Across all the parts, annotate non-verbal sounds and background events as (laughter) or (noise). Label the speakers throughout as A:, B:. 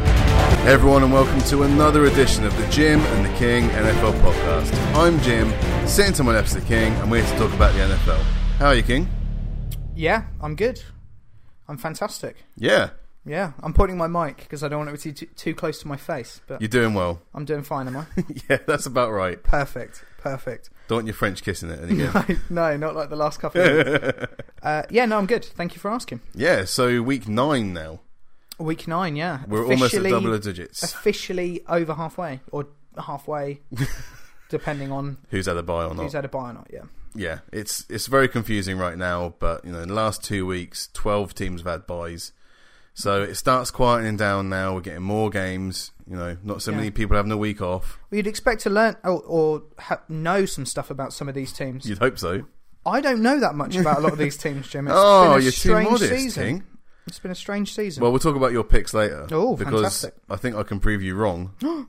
A: Hey everyone, and welcome to another edition of the Jim and the King NFL podcast. I'm Jim, sitting to my left's the King, and we're here to talk about the NFL. How are you, King?
B: Yeah, I'm good. I'm fantastic.
A: Yeah,
B: Yeah, I'm pointing my mic because I don't want it to be too, too close to my face, but
A: you're doing well. (laughs)
B: I'm doing fine, am I?
A: yeah, that's about right.
B: perfect, perfect.
A: Don't want your French kissing it again.
B: (laughs) no, not like the last couple of weeks.
A: (laughs)
B: Uh, yeah, no, I'm good. Thank you for asking.
A: yeah, so week nine now.
B: Week nine, yeah.
A: We're almost at double the digits.
B: (laughs) Officially over halfway, or
A: (laughs)
B: halfway, depending on
A: Who's had a buy or not?
B: who's had a buy or not, yeah.
A: yeah, it's it's very confusing right now. But you know, in the last two weeks, twelve teams have had buys, so it starts quieting down now. We're getting more games. You know, not so
B: Yeah.
A: many people having a week off.
B: Well, you'd expect to learn or, or ha- know some stuff about some of these teams.
A: You'd hope so.
B: I don't know that much about a lot of these teams, Jim. It's
A: (laughs) oh,
B: been a
A: you're too
B: strange
A: modest,
B: season.
A: King.
B: It's been a strange season.
A: Well, we'll talk about your picks later.
B: Oh,
A: because
B: fantastic.
A: I think I can prove you
B: (gasps)
A: wrong, and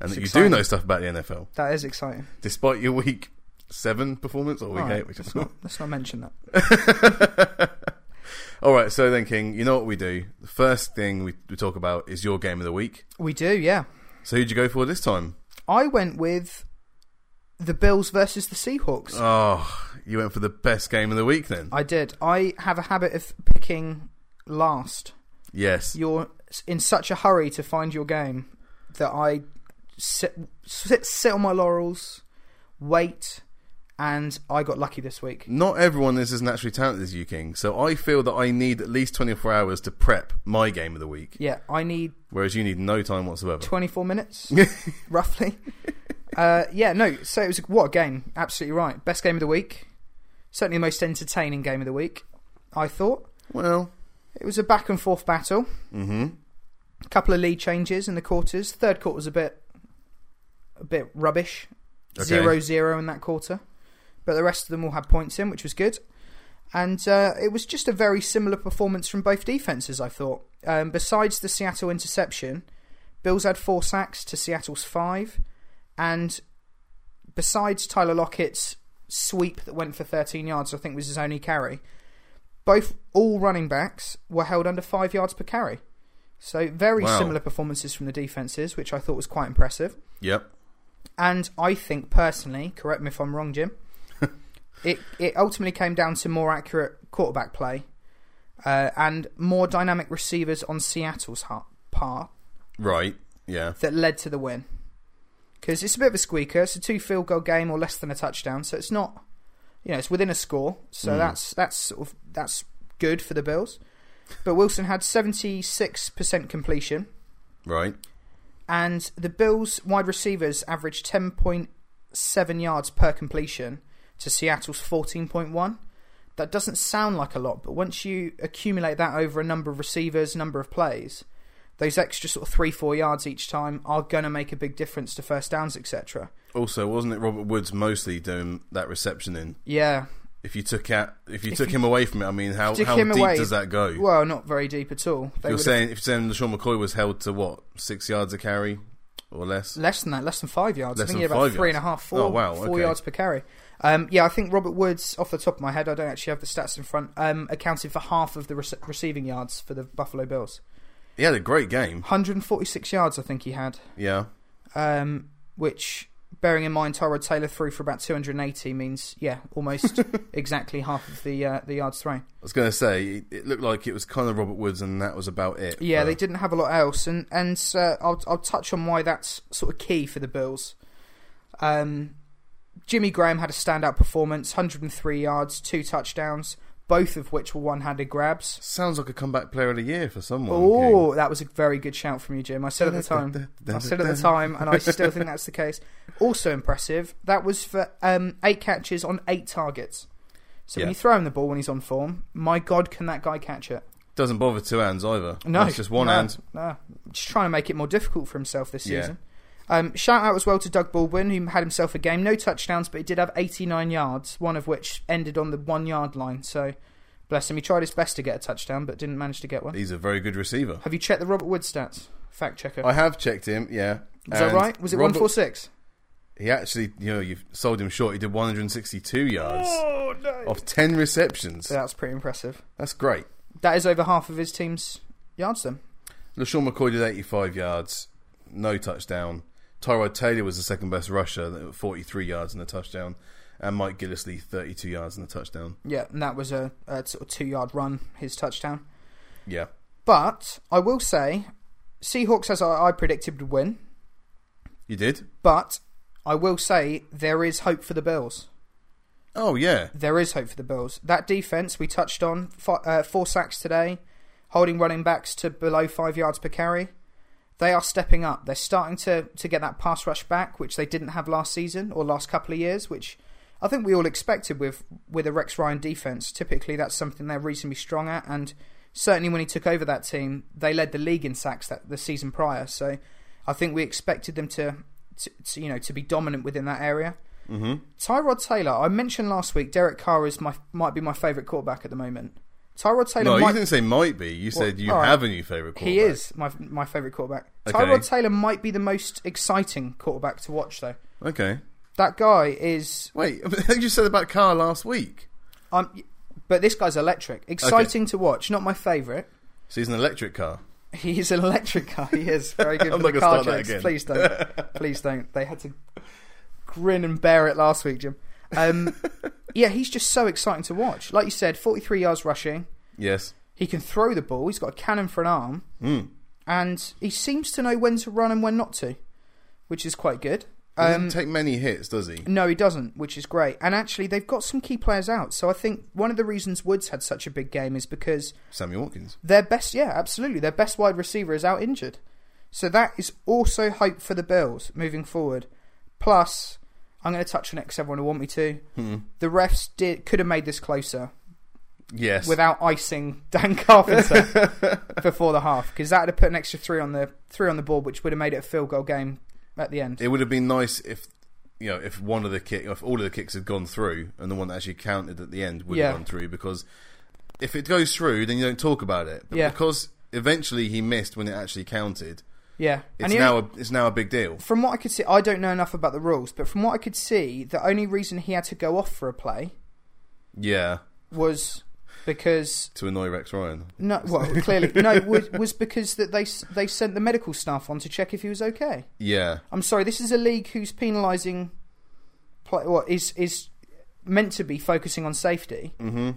A: that you
B: exciting.
A: do know stuff about the NFL,
B: that is exciting.
A: despite your week seven performance or week
B: All right,
A: eight. Which is
B: let's, not, let's not mention that.
A: all right. So then, King, you know what we do. The first thing we, we talk about is your game of the week.
B: We do, yeah.
A: So who'd you go for this time?
B: I went with the Bills versus the Seahawks.
A: Oh, you went for the best game of the week then.
B: I did. I have a habit of picking last.
A: yes.
B: You're in such a hurry to find your game that I sit, sit, sit on my laurels, wait, and I got lucky this week.
A: Not everyone is as naturally talented as you, King. So I feel that I need at least 24 hours to prep my game of the week,
B: Yeah, I need
A: whereas you need no time whatsoever.
B: 24 minutes, roughly. Uh, yeah, no, so it was what a game. Absolutely right. Best game of the week. Certainly the most entertaining game of the week, I thought.
A: well,
B: It was a back and forth battle. Mm-hmm. A couple of lead changes in the quarters. Third quarter was a bit, a bit rubbish.
A: Okay.
B: Zero zero in that quarter, but the rest of them all had points in, which was good. And uh, it was just a very similar performance from both defenses. I thought. Um, besides the Seattle interception, Bills had four sacks to Seattle's five, and besides Tyler Lockett's sweep that went for 13 yards, I think was his only carry. Both all running backs were held under five yards per carry, so very
A: Wow.
B: similar performances from the defenses, which I thought was quite impressive.
A: yep.
B: And I think personally, correct me if I'm wrong, Jim, it it ultimately came down to more accurate quarterback play uh, and more dynamic receivers on Seattle's ha- part
A: Right. Yeah.
B: that led to the win. Because it's a bit of a squeaker. It's a two field goal game or less than a touchdown, so it's not, you know, it's within a score. So that's that's sort of that's good for the Bills. But Wilson had seventy six percent completion,
A: Right.
B: and the Bills wide receivers averaged ten point seven yards per completion to Seattle's fourteen point one. That doesn't sound like a lot, but once you accumulate that over a number of receivers, number of plays, those extra sort of three, four yards each time are gonna make a big difference to first downs, etc.
A: Also, wasn't it Robert Woods mostly doing that reception in?
B: Yeah.
A: If you took out, if you took him away from it, I mean, how,
B: Took
A: how
B: him
A: deep
B: away.
A: does that go?
B: Well, not very deep at all. They
A: You're
B: were
A: saying if you're saying Sean McCoy was held to what six yards a carry or less?
B: less than that, less than five yards.
A: Less
B: I think he
A: than
B: had about
A: five
B: three and a
A: yards.
B: half, four,
A: Oh, wow,
B: four
A: okay.
B: yards per carry. Um, yeah, I think Robert Woods, off the top of my head, I don't actually have the stats in front, um, accounted for half of the rece- receiving yards for the Buffalo Bills.
A: He had a great game.
B: 146 yards, I think he had,
A: Yeah.
B: um, which, bearing in mind Tyrod Taylor threw for about 280, means, yeah,
A: (laughs)
B: almost exactly half of the uh, the yards thrown.
A: I was going to say it- it looked like it was kind of Robert Woods, and that was about it.
B: Yeah,
A: but-
B: they didn't have a lot else, and and uh, I'll I'll touch on why that's sort of key for the Bills. Um, Jimmy Graham had a standout performance, 103 yards, two touchdowns, both of which were one-handed grabs.
A: Sounds like a comeback player of the year for someone.
B: Oh, that was a very good shout from you, Jim. I said at
A: (laughs)
B: the time, I said at the time, and I still think that's the case. Also impressive, that was for um, eight catches on eight targets. So
A: Yeah.
B: when you throw him the ball when he's on form, my God, can that guy catch it?
A: King. Doesn't bother two hands either.
B: No,
A: it's just one
B: no,
A: hand.
B: No, just trying to make it more difficult for himself this
A: Yeah.
B: season. Um, shout out as well to Doug Baldwin, who had himself a game. No touchdowns, but he did have 89 yards, one of which ended on the one yard line. So, bless him. He tried his best to get a touchdown, but didn't manage to get one.
A: He's a very good receiver.
B: Have you checked the Robert Wood stats? Fact checker.
A: I have checked him. Yeah.
B: Was that
A: and
B: right? Was it
A: Robert-
B: 146?
A: He actually, you know, you've sold him short. He did 162 yards
B: Oh, no.
A: off 10 receptions.
B: So that's pretty impressive.
A: That's great.
B: That is over half of his team's yards, then.
A: LaShawn McCoy did 85 yards, no touchdown. Tyrod Taylor was the second best rusher, at 43 yards and a touchdown. And Mike Gillisley, 32 yards and a touchdown.
B: Yeah, and that was a, a sort of two yard run, his touchdown.
A: Yeah.
B: But I will say, Seahawks, as I, I predicted, would win.
A: You did?
B: But I will say there is hope for the Bills.
A: Oh, yeah.
B: There is hope for the Bills. That defense we touched on fi uh, four sacks today, holding running backs to below five yards per carry. They are stepping up. They're starting to to get that pass rush back, which they didn't have last season or last couple of years, which I think we all expected with with a Rex Ryan defense. Typically, that's something they're reasonably strong at, and certainly when he took over that team, they led the league in sacks that the season prior. So I think we expected them to, to, to you know to be dominant within that area.
A: Mm-hmm.
B: Tyrod Taylor, I mentioned last week, Derek Carr is my might be my favourite quarterback at the moment. Tyrod Taylor,
A: No, you
B: might,
A: didn't say might be. You said you
B: all right.
A: have a new favourite quarterback.
B: he is my my favourite quarterback.
A: Okay.
B: Tyrod Taylor might be the most exciting quarterback to watch, though.
A: Okay.
B: That guy is,
A: Wait, (laughs) you said about Carr last week.
B: um, but this guy's electric, exciting to watch. Not my favourite.
A: So he's an electric car.
B: (laughs) He is an electric guy. He is very
A: (laughs)
B: good
A: I'm not
B: for the
A: gonna
B: car
A: start that
B: jokes.
A: again. (laughs)
B: Please don't, please don't. They had to grin and bear it last week, Jim.
A: (laughs)
B: Um, yeah, he's just so exciting to watch. Like you said, 43 yards rushing.
A: Yes.
B: He can throw the ball. He's got a cannon for an arm,
A: Mm.
B: and he seems to know when to run and when not to, which is quite good.
A: He
B: Um,
A: doesn't take many hits, does he?
B: no, he doesn't, which is great. And actually, they've got some key players out. So I think one of the reasons Woods had such a big game is because
A: Sammy Watkins.
B: their best, yeah, absolutely, their best wide receiver is out injured. So that is also hope for the Bills moving forward. Plus, I'm going to touch on it because everyone will want me to.
A: Hmm.
B: The refs did could have made this closer
A: Yes.
B: without icing Dan (laughs) Carpenter before the half because that would have put an extra three on the three on the board, which would have made it a field goal game at the end.
A: it would have been nice if you know if one of the kick if all of the kicks had gone through and the one that actually counted at the end would
B: Yeah.
A: have gone through because if it goes through then you don't talk about it but
B: Yeah.
A: because eventually he missed when it actually counted
B: Yeah,
A: it's
B: he-
A: now a, it's now a big deal
B: from what I could see, I don't know enough about the rules, but from what I could see, the only reason he had to go off for a play
A: yeah
B: was because
A: to annoy Rex Ryan
B: no,
A: (laughs)
B: well, clearly no, was, was because that they s- they sent the medical staff on to check if he was okay.
A: yeah
B: I'm sorry, this is a league who's penalising, play, what is is meant to be focusing on safety.
A: mm-hmm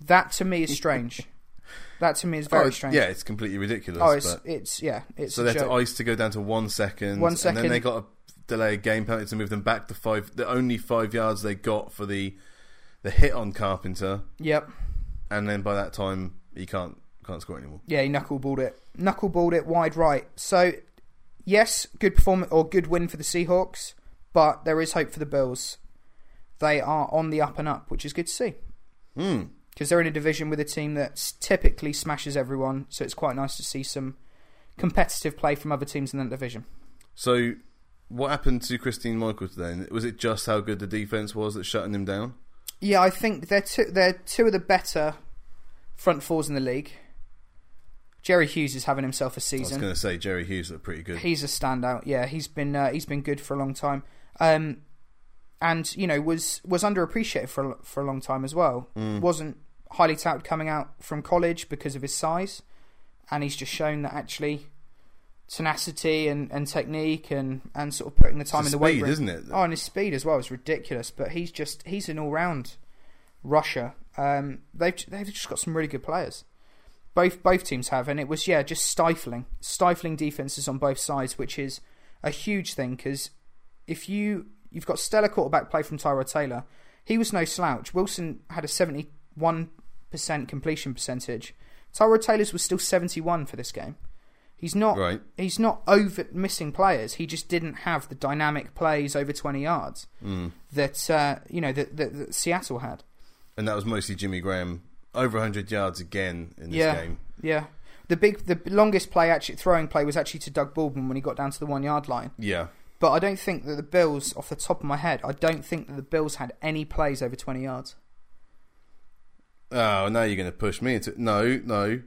B: That to me is strange. that to me is very
A: oh,
B: strange.
A: yeah it's completely ridiculous
B: Oh, it's
A: but,
B: it's yeah, it's
A: so
B: a
A: they had to
B: joke.
A: ice to go down to one second
B: One
A: and
B: second.
A: then they got a delay game penalty to move them back to five the only five yards they got for the the hit on Carpenter
B: Yep.
A: and then by that time he can't can't score anymore.
B: Yeah, he knuckleballed it. Knuckleballed it wide right. So, yes, good performance or good win for the Seahawks, but there is hope for the Bills. They are on the up and up, which is good to see
A: Hmm.
B: because they're in a division with a team that s- typically smashes everyone. So it's quite nice to see some competitive play from other teams in that division.
A: So, what happened to Christine Michael today? Was it just how good the defense was that's shutting him down?
B: Yeah, I think they're two, they're two of the better front fours in the league. Jerry Hughes is having himself a
A: I was
B: season.
A: going to say Jerry Hughes looked pretty good.
B: He's a standout. Yeah, he's been uh, he's been good for a long time. Um, and you know was was underappreciated for a, for a long time as well.
A: Mm.
B: Wasn't highly touted coming out from college because of his size, and he's just shown that actually tenacity and, and technique and, and sort of putting the time
A: It's the
B: in the weight
A: speed,
B: room.
A: isn't it?
B: Oh, and his speed as well is ridiculous. But he's just he's an all round rusher. Um, they've they've just got some really good players. Both both teams have, and it was yeah, just stifling, stifling defenses on both sides, which is a huge thing because if you you've got stellar quarterback play from Tyrod Taylor, he was no slouch. Wilson had a seventy one percent completion percentage. Tyrod Taylor's was still seventy one for this game. He's not
A: Right.
B: he's not over missing players. He just didn't have the dynamic plays over twenty yards
A: Mm.
B: that uh, you know that, that, that Seattle had.
A: And that was mostly Jimmy Graham. Over 100 yards again in this
B: Yeah.
A: game.
B: Yeah, the big the longest play actually throwing play was actually to Doug Baldwin when he got down to the one yard line.
A: Yeah.
B: But I don't think that the Bills, off the top of my head, I don't think that the Bills had any plays over twenty yards.
A: Oh, now you're going to push me into. No, no.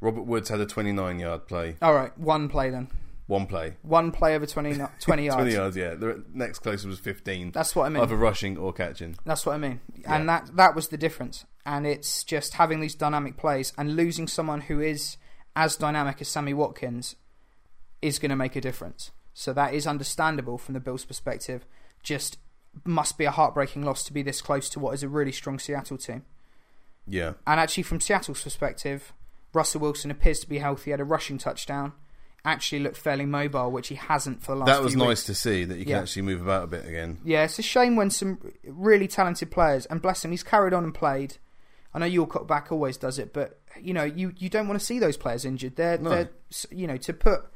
A: Robert Woods had a 29 yard play.
B: All right, one play then.
A: One play.
B: One play over 20, no-
A: (laughs)
B: 20 yards.
A: 20 yards, yeah. The next closest was 15.
B: That's what I mean.
A: Either rushing or catching.
B: That's what I mean. And that that was the difference. And it's just having these dynamic plays and losing someone who is as dynamic as Sammy Watkins is going to make a difference. So that is understandable from the Bills' perspective. Just must be a heartbreaking loss to be this close to what is a really strong Seattle team.
A: Yeah.
B: And actually, from Seattle's perspective, Russell Wilson appears to be healthy. Had a rushing touchdown. Actually, looked fairly mobile, which he hasn't for the last.
A: That was
B: few
A: nice
B: weeks.
A: to see that you can
B: Yeah.
A: actually move about a bit again.
B: Yeah, it's a shame when some really talented players, and bless him, he's carried on and played. I know Yorkot back always does it, but you know, you, you don't want to see those players injured. They're,
A: No.
B: they're you know to put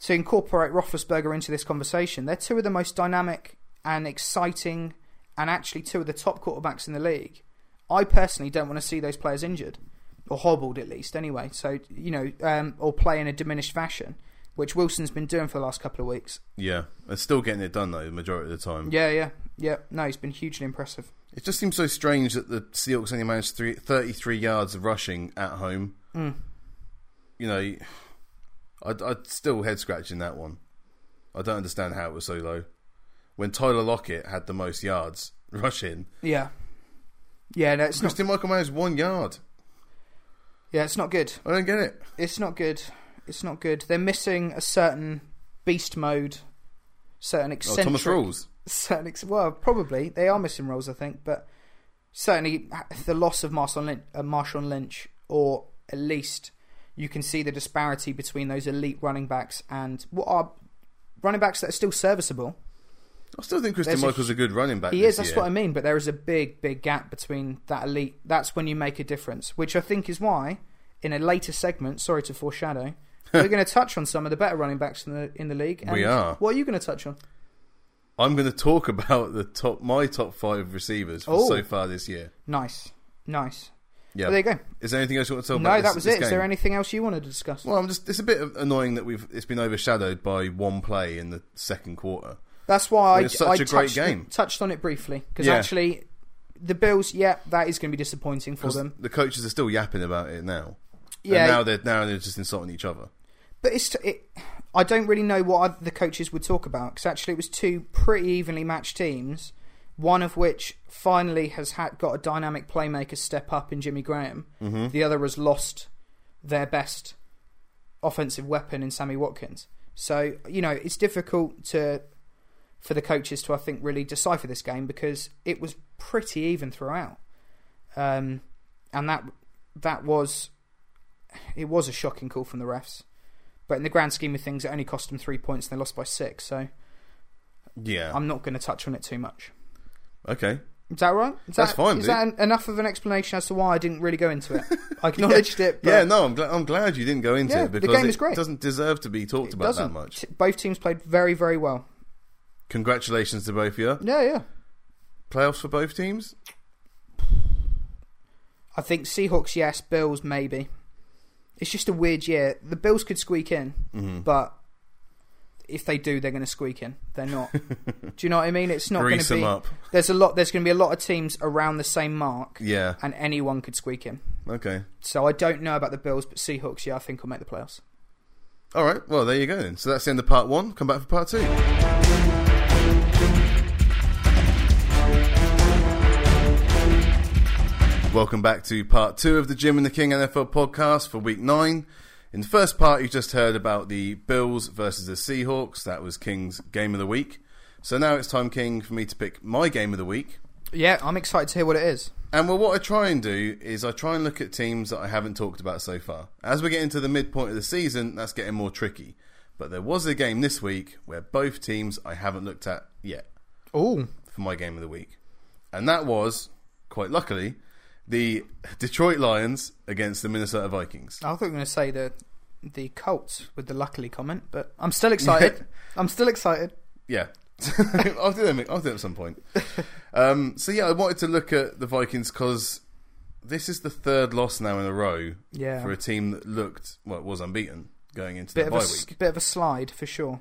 B: to incorporate Roethlisberger into this conversation. They're two of the most dynamic and exciting, and actually two of the top quarterbacks in the league. I personally don't want to see those players injured or hobbled at least, anyway. So you know, um, or play in a diminished fashion, which Wilson's been doing for the last couple of weeks.
A: Yeah. And still getting it done, though, the majority of the time.
B: Yeah, yeah, yeah. No, he's been hugely impressive.
A: It just seems so strange that the Seahawks only managed three, 33 yards of rushing at home.
B: Hmm.
A: You know, I'd, I'd still head scratching that one. I don't understand how it was so low. When Tyler Lockett had the most yards (laughs) rushing,
B: Yeah. Yeah, no, it's not.
A: Christian Michael managed one yard.
B: Yeah, it's not good.
A: I don't get it.
B: It's not good. It's not good. They're missing a certain beast mode, certain
A: Oh,
B: eccentric.
A: Thomas Rawls.
B: Certain ex- well, probably they are missing roles, I think, but certainly uh, the loss of Marshawn Lynch, uh, Marshawn Lynch, or at least you can see the disparity between those elite running backs and what are running backs that are still serviceable.
A: I still think Christian
B: There's a-
A: Michael's a good running back.
B: He
A: this
B: is. That's
A: year.
B: what I mean. But there is a big, big gap between that elite. That's when you make a difference, which I think is why, in a later segment, sorry
A: (laughs)
B: to foreshadow, we're going to touch on some of the better running backs in the in the league.
A: We are.
B: What are you going to touch on?
A: I'm going to talk (laughs) about the top my top five receivers for
B: Oh.
A: so far this year.
B: Nice, nice.
A: Yeah.
B: Well, there you go.
A: Is there anything else you want to tell about
B: no,
A: this-
B: that was
A: this
B: it. Is there
A: game?
B: anything else you wanted to discuss?
A: Well, I'm just. It's a bit annoying that we've. It's been overshadowed by one play in the second quarter.
B: That's why I,
A: It's such
B: I
A: a great
B: touched,
A: game.
B: touched on it briefly because
A: Yeah.
B: actually, the Bills. Yeah, that is going to be disappointing for
A: 'Cause
B: them.
A: The coaches are still yapping about it now.
B: Yeah,
A: And now they're now they're just insulting each other.
B: But it's it, I don't really know what other, the coaches would talk about because actually it was two pretty evenly matched teams, one of which finally has had, got a dynamic playmaker step up in Jimmy Graham. The other has lost their best offensive weapon in Sammy Watkins. So you know it's difficult to for the coaches to I think really decipher this game because it was pretty even throughout, um, and that that was it was a shocking call from the refs. But in the grand scheme of things, it only cost them three points and they lost by six. So
A: Yeah.
B: I'm not going to touch on it too much.
A: okay.
B: Is that right? Is
A: That's
B: that,
A: fine,
B: Is
A: dude.
B: that en- enough of an explanation as to why I didn't really go into
A: (laughs)
B: it? I acknowledged it. But
A: yeah. No, I'm glad. I'm glad you didn't go into
B: Yeah,
A: it
B: the
A: because
B: game
A: it
B: is great.
A: doesn't deserve to be talked
B: it
A: about that
B: doesn't.
A: much.
B: T- Both teams played very, very well.
A: Congratulations to both of you.
B: Yeah, yeah.
A: Playoffs for both teams.
B: I think Seahawks, yes. Bills, maybe. It's just a weird year. The Bills could squeak in,
A: Mm-hmm.
B: but if they do, they're going to squeak in.
A: (laughs)
B: They're not. do you know what I mean? It's not going
A: Grease
B: to be.
A: them up.
B: There's a lot. There's going to be a lot of teams around the same mark,
A: Yeah.
B: and anyone could squeak in.
A: Okay.
B: So I don't know about the Bills, but Seahawks, yeah, I think will make the playoffs.
A: All right. Well, there you go. Then. So that's the end of part one. Come back for part two. Welcome back to part two of the Jim and the King NFL podcast for week nine. In the first part, you just heard about the Bills versus the Seahawks. That was King's game of the week. So now it's time, King, for me to pick my game of the week.
B: Yeah, I'm excited to hear what it is.
A: And well, what I try and do is I try and look at teams that I haven't talked about so far. As we get into the midpoint of the season, that's getting more tricky. But there was a game this week where both teams I haven't looked at yet
B: Oh,
A: for my game of the week. And that was, quite luckily, the Detroit Lions against the Minnesota Vikings.
B: I thought you were going to say the the Colts with the luckily comment, but I'm still (laughs) excited. I'm still excited.
A: Yeah. (laughs) I'll do them. I'll do them at some point. Um, so yeah, I wanted to look at the Vikings because this is the third loss now in a row
B: Yeah.
A: for a team that looked well was unbeaten going into
B: Bit
A: the
B: of
A: bye
B: a s- Mm-hmm.
A: week
B: bit of a slide for sure.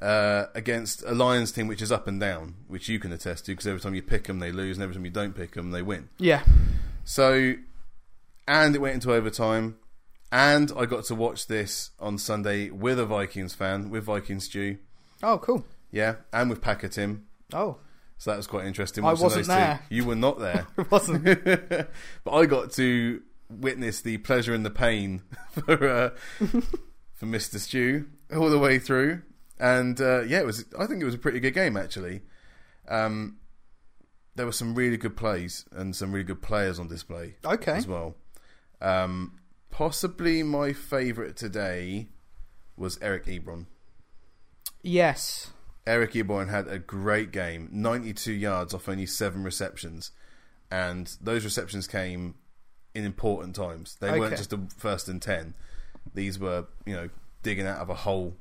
A: uh, against a Lions team which is up and down, which you can attest to because every time you pick them they lose and every time you don't pick them they win.
B: Yeah,
A: So, and it went into overtime, and I got to watch this on Sunday with a Vikings fan, with Vikings Stew,
B: Oh, cool.
A: yeah, and with Packer Tim.
B: Oh,
A: So that was quite interesting.
B: I
A: watching
B: wasn't (laughs)
A: those two. (laughs)
B: there.
A: You were not there,
B: it wasn't.
A: but I got to witness the pleasure and the pain (laughs) for
B: (laughs)
A: uh, for Mister Stew all the way through. And uh, yeah, it was. I think it was a pretty good game actually. Um, there were some really good plays and some really good players on display
B: Okay.
A: as well. Um, possibly my favourite today was Eric Ebron.
B: Yes.
A: Eric Ebron had a great game, 92 yards off only seven receptions, and those receptions came in important times. They
B: Okay.
A: weren't just a first and ten; these were, you know, digging out of a hole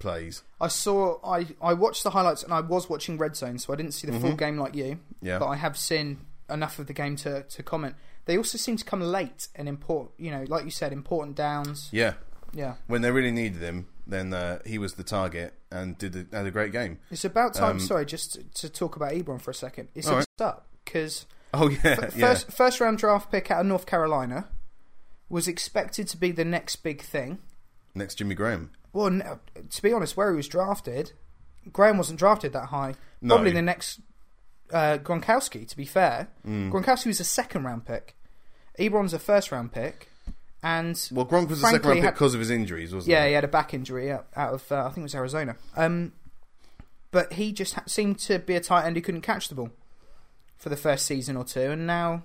A: plays.
B: I saw I, I watched the highlights and I was watching Red Zone, so I didn't see the full game like you.
A: Mm-hmm. Yeah.
B: But I have seen enough of the game to, to comment. They also seem to come late and important you know, like you said, important downs.
A: Yeah,
B: Yeah.
A: when they really needed him, then uh, he was the target and did a, had a great game.
B: It's about time,
A: Um,
B: sorry, just to, to talk about Ebron for a second. It's
A: All right.
B: messed up because
A: Oh (laughs) yeah, yeah,
B: first first round draft pick out of North Carolina was expected to be the next big thing.
A: next Jimmy Graham.
B: Well, no, to be honest, where he was drafted, Graham wasn't drafted that high.
A: No.
B: Probably the next uh, Gronkowski. To be fair,
A: Mm.
B: Gronkowski was a second round pick. Ebron's a first round pick, and
A: Well, Gronk was the
B: Frankly,
A: second round
B: had-
A: pick because of his injuries, wasn't
B: yeah,
A: he?
B: he had a back injury out, out of uh, I think it was Arizona. Um, but he just ha- seemed to be a tight end who couldn't catch the ball for the first season or two, and now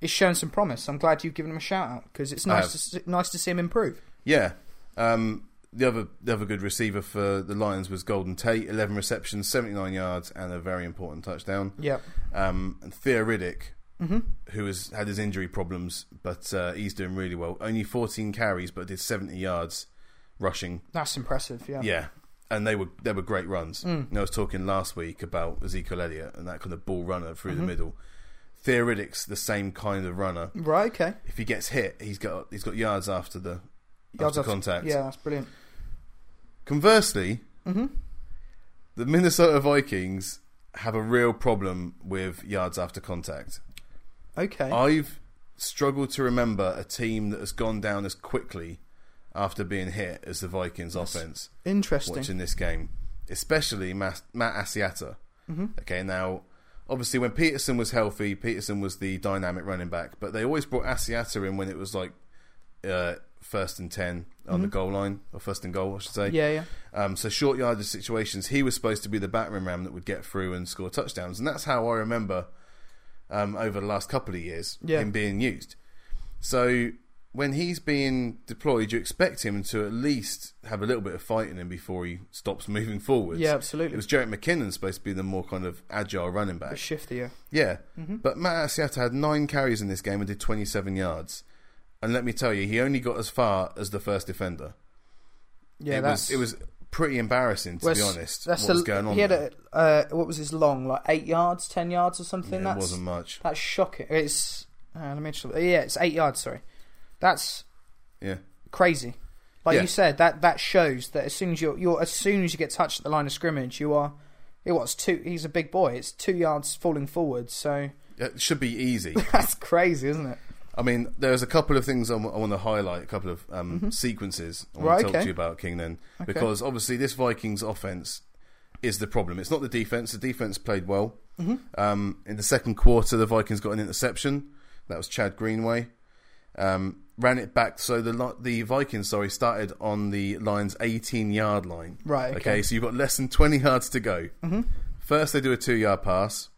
B: it's shown some promise. I'm glad you've given him a shout out because it's
A: I
B: nice
A: have.
B: to s- nice to see him improve.
A: Yeah. Um, the other the other good receiver for the Lions was Golden Tate, eleven receptions, seventy nine yards, and a very important touchdown.
B: Yep.
A: Um, and Theoretic,
B: Mm-hmm.
A: who has had his injury problems, but uh, he's doing really well. Only fourteen carries, but did seventy yards rushing.
B: That's impressive. Yeah. Mm.
A: Yeah, and they were they were great runs. And I was talking last week about Ezekiel Elliott and that kind of ball runner through
B: Mm-hmm.
A: the middle. Theoretic's the same kind of runner.
B: Right. Okay.
A: If he gets hit, he's got he's got yards after the
B: Yards
A: after
B: after-
A: contact.
B: Yeah, that's brilliant.
A: Conversely,
B: Mm-hmm.
A: the Minnesota Vikings have a real problem with yards after contact.
B: Okay.
A: I've struggled to remember a team that has gone down as quickly after being hit as the Vikings offense
B: Interesting.
A: watching this game, especially Matt, Matt Asiata.
B: Mm-hmm.
A: Okay, now obviously when Peterson was healthy, Peterson was the dynamic running back, but they always brought Asiata in when it was like uh, first and ten on the goal line or first and goal, I should say.
B: Mm-hmm. Yeah, yeah.
A: Um, so short yardage situations, he was supposed to be the battering ram that would get through and score touchdowns, and that's how I remember um, over the last couple of years
B: Yeah.
A: him being used. So when he's being deployed, you expect him to at least have a little bit of fight in him before he stops (laughs) moving forwards.
B: Yeah,
A: It
B: absolutely.
A: was Jarrett McKinnon supposed to be the more kind of agile running back.
B: shiftier.
A: Yeah,
B: Mm-hmm.
A: but Matt Asiata had nine carries in this game and did 27 yards. And let me tell you, he only got as far as the first defender
B: Yeah,
A: it
B: that's
A: was it was pretty embarrassing to be
B: that's-
A: honest.
B: That's
A: what was
B: a-
A: going on?
B: He had
A: there.
B: a uh, what was his long like eight yards, ten yards or something.
A: Yeah, it
B: that's
A: wasn't much.
B: that's shocking. It's uh, let me just, yeah, it's eight yards. Sorry, that's
A: Yeah,
B: crazy. Like
A: Yeah.
B: you said, that that shows that as soon as you're, you're as soon as you get touched at the line of scrimmage, you are. It was two. He's a big boy. It's two yards falling forward. So (laughs)
A: it should be easy.
B: that's crazy, isn't it?
A: I mean, there's a couple of things I want to highlight, a couple of um, sequences I want
B: Mm-hmm. Right,
A: to talk
B: okay.
A: to you about, King. Then because obviously this Vikings offense is the problem. It's not the defense. The defense played well.
B: Mm-hmm.
A: Um, in the second quarter, the Vikings got an interception. That was Chad Greenway. Um, ran it back. So the Li- the Vikings, sorry, started on the Lions' 18 yard line.
B: Right, okay. Mm-hmm.
A: So you've got less than 20 yards to go. First, they do a two yard pass.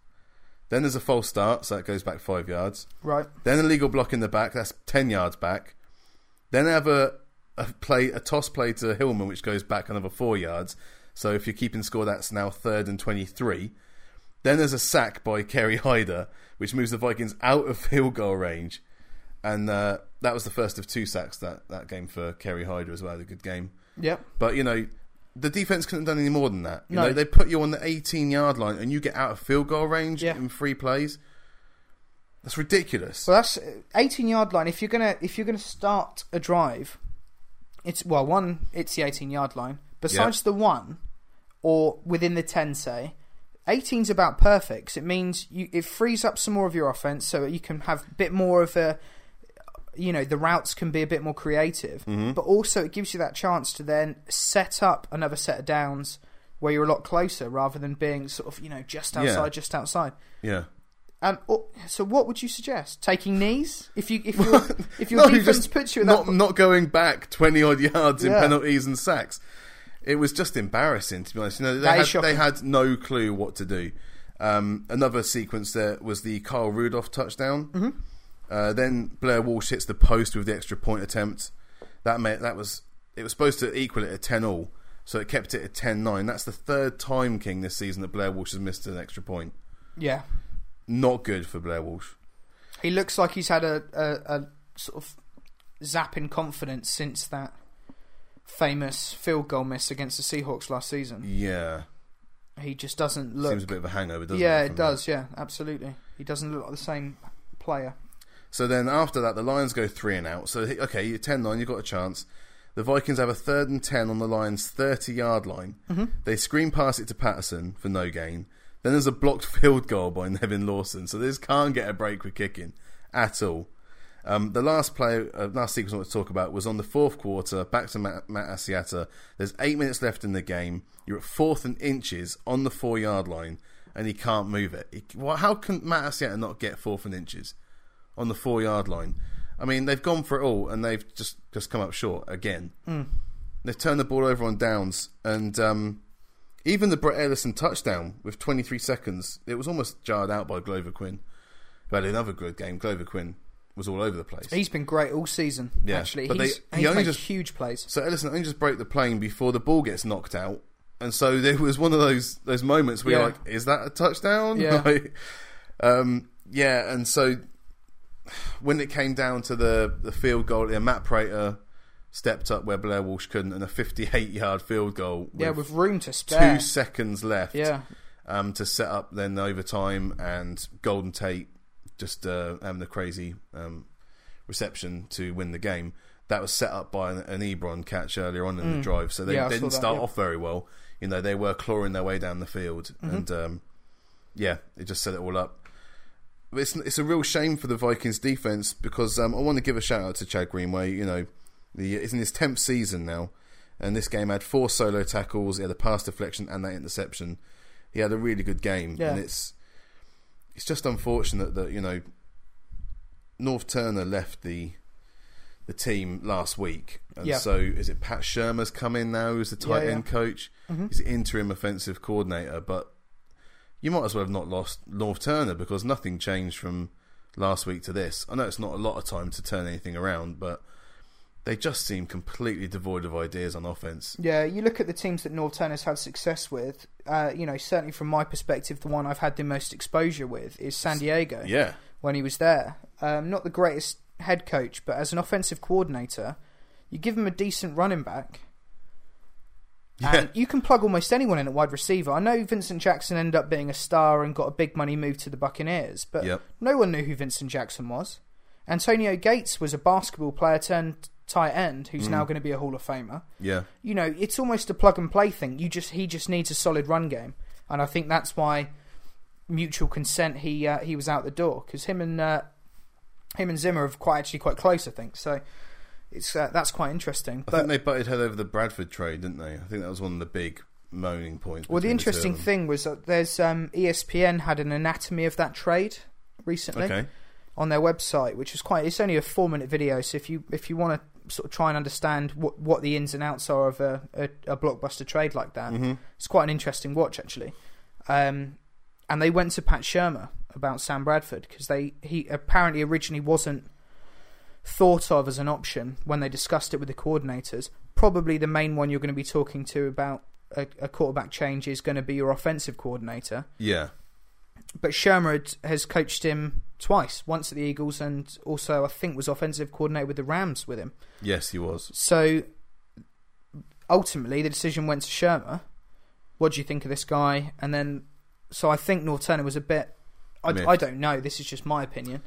A: Then there's a false start, so that goes back five yards.
B: Right.
A: Then a legal block in the back. That's ten yards back. Then they have a, a play, a toss play to Hillman, which goes back another four yards. So if you're keeping score, that's now third and twenty-three. Then there's a sack by Kerry Hyder, which moves the Vikings out of field goal range, and uh, that was the first of two sacks that that game for Kerry Hyder as well. Had a good game,
B: Yep.
A: but you know. The defense couldn't have done any more than that. You
B: No.
A: know, they put you on the 18 yard line and you get out of field goal range
B: Yeah.
A: in three plays. That's ridiculous.
B: So that's uh, eighteen yard line. If you're gonna if you're gonna start a drive, it's well one. It's the eighteen yard line. Besides the one, or within the ten, say, 18's about perfect. 'cause it means you it frees up some more of your offense, so you can have a bit more of a. You know the routes can be a bit more creative, but also it gives you that chance to then set up another set of downs where you're a lot closer, rather than being sort of you know just
A: Yeah.
B: outside, just outside
A: Yeah.
B: And oh, so, what would you suggest? Taking knees? If you
A: (laughs)
B: if your if your
A: No, you
B: defense
A: just
B: puts you in that,
A: not not going back twenty odd yards in
B: Yeah.
A: penalties and sacks. It was just embarrassing to be honest. You know, they
B: That
A: had,
B: is
A: they
B: shocking.
A: had no clue what to do. Um, another sequence there was the Carl Rudolph touchdown.
B: Mm-hmm.
A: Uh, then Blair Walsh hits the post with the extra point attempt. That made, that was it was supposed to equal it at ten all, so it kept it at 10-9. That's the third time King this season that Blair Walsh has missed an extra point.
B: yeah,
A: Not good for Blair Walsh.
B: he looks like he's had a, a, a sort of zap in confidence since that famous field goal miss against the Seahawks last season.
A: Yeah,
B: He just doesn't look.
A: seems a bit of a hangover, doesn't it?
B: yeah, it
A: from that?
B: does. Yeah, absolutely. He doesn't look like the same player.
A: So then after that, the Lions go three and out. So, he- okay, you're 10 9, you've got a chance. The Vikings have a third and 10 on the Lions' 30 yard line. They screen pass it to Patterson for no gain. Then there's a blocked (laughs) field goal by Nevin Lawson. So, this can't get a break with kicking at all. Um, the last play, uh, last sequence I want to talk about was on the fourth quarter, back to Matt, Matt Asiata. There's eight minutes left in the game. You're at fourth and inches on the four yard line, and he can't move it. He, well, how can Matt Asiata not get fourth and inches on the four yard line? I mean, they've gone for it all, and they've just, just come up short again. They've turned the ball over on downs, and um, even the Brett Ellison touchdown with 23 seconds, it was almost jarred out by Glover Quinn. But another good game, Glover Quinn was all over the place.
B: He's been great all season.
A: Yeah,
B: actually,
A: but
B: he's,
A: they- he
B: he's
A: only
B: made
A: just-
B: huge plays.
A: So Ellison only just broke the plane before the ball gets knocked out, and so (laughs) there was one of those those moments where
B: Yeah.
A: you're like, "Is that a touchdown?"
B: Yeah.
A: (laughs) Like, um, yeah. And so when it came down to the the field goal, yeah, Matt Prater stepped up where Blair Walsh couldn't, and a 58 yard field goal.
B: Yeah, with room to
A: two
B: spare.
A: seconds left.
B: yeah,
A: Um, to set up then overtime and Golden Tate just uh, having the crazy um, reception to win the game. That was set up by an, an Ebron catch earlier on in the drive, so they,
B: Mm. Yeah, I
A: they
B: saw
A: didn't
B: that,
A: start
B: yeah.
A: off very well. You know, they were clawing their way down the field,
B: Mm-hmm.
A: and um, yeah, it just set it all up. But It's it's a real shame for the Vikings defense because um, I want to give a shout out to Chad Greenway. You know, the, it's in his tenth season now, and this game had four solo tackles, he had a pass deflection, and that interception. He had a really good game,
B: Yeah.
A: and it's it's just unfortunate that you know North Turner left the the team last week, and
B: Yeah.
A: so is it Pat Shermer's come in now? Who's the tight
B: Yeah, Mm-hmm. yeah.
A: end coach? He's the interim offensive coordinator, but you might as well have not lost North Turner because nothing changed from last week to this. I know it's not a lot of time to turn anything around, but they just seem completely devoid of ideas on offense.
B: yeah. You look at the teams that North Turner's had success with. Uh, you know, certainly from my perspective, the one I've had the most exposure with is San Diego.
A: Yeah,
B: when he was there. Um, not the greatest head coach, but as an offensive coordinator, you give him a decent running back, and you can plug almost anyone in at wide receiver. I know Vincent Jackson ended up being a star and got a big money move to the Buccaneers, but
A: Yep.
B: no one knew who Vincent Jackson was. Antonio Gates was a basketball player turned tight end
A: Mm.
B: who's now going to be a Hall of Famer.
A: yeah.
B: You know, it's almost a plug and play thing. You just he just needs a solid run game, and I think that's why mutual consent he uh, he was out the door because him and uh, him and Zimmer are quite actually quite close, I think. So it's uh, that's quite interesting.
A: I
B: But
A: think they butted head over the Bradford trade, didn't they? I think that was one of the big moaning points.
B: Well, the
A: between two of
B: interesting
A: them.
B: thing was that there's um, ESPN had an anatomy of that trade recently
A: Okay.
B: on their website, which is quite. It's only a four minute video, so if you if you want to sort of try and understand what what the ins and outs are of a, a, a blockbuster trade like that,
A: mm-hmm.
B: it's quite an interesting watch actually. Um, and they went to Pat Shermer about Sam Bradford because they he apparently originally wasn't thought of as an option when they discussed it with the coordinators. Probably the main one you're going to be talking to about a, a quarterback change is going to be your offensive coordinator.
A: Yeah.
B: But Shermer had- has coached him twice, once at the Eagles and also I think was offensive coordinator with the Rams with him.
A: Yes, he was.
B: So ultimately, the decision went to Shermer. What do you think of this guy? And then, so I think North Turner was a bit. I,
A: Miffed.
B: I don't know. This is just my opinion.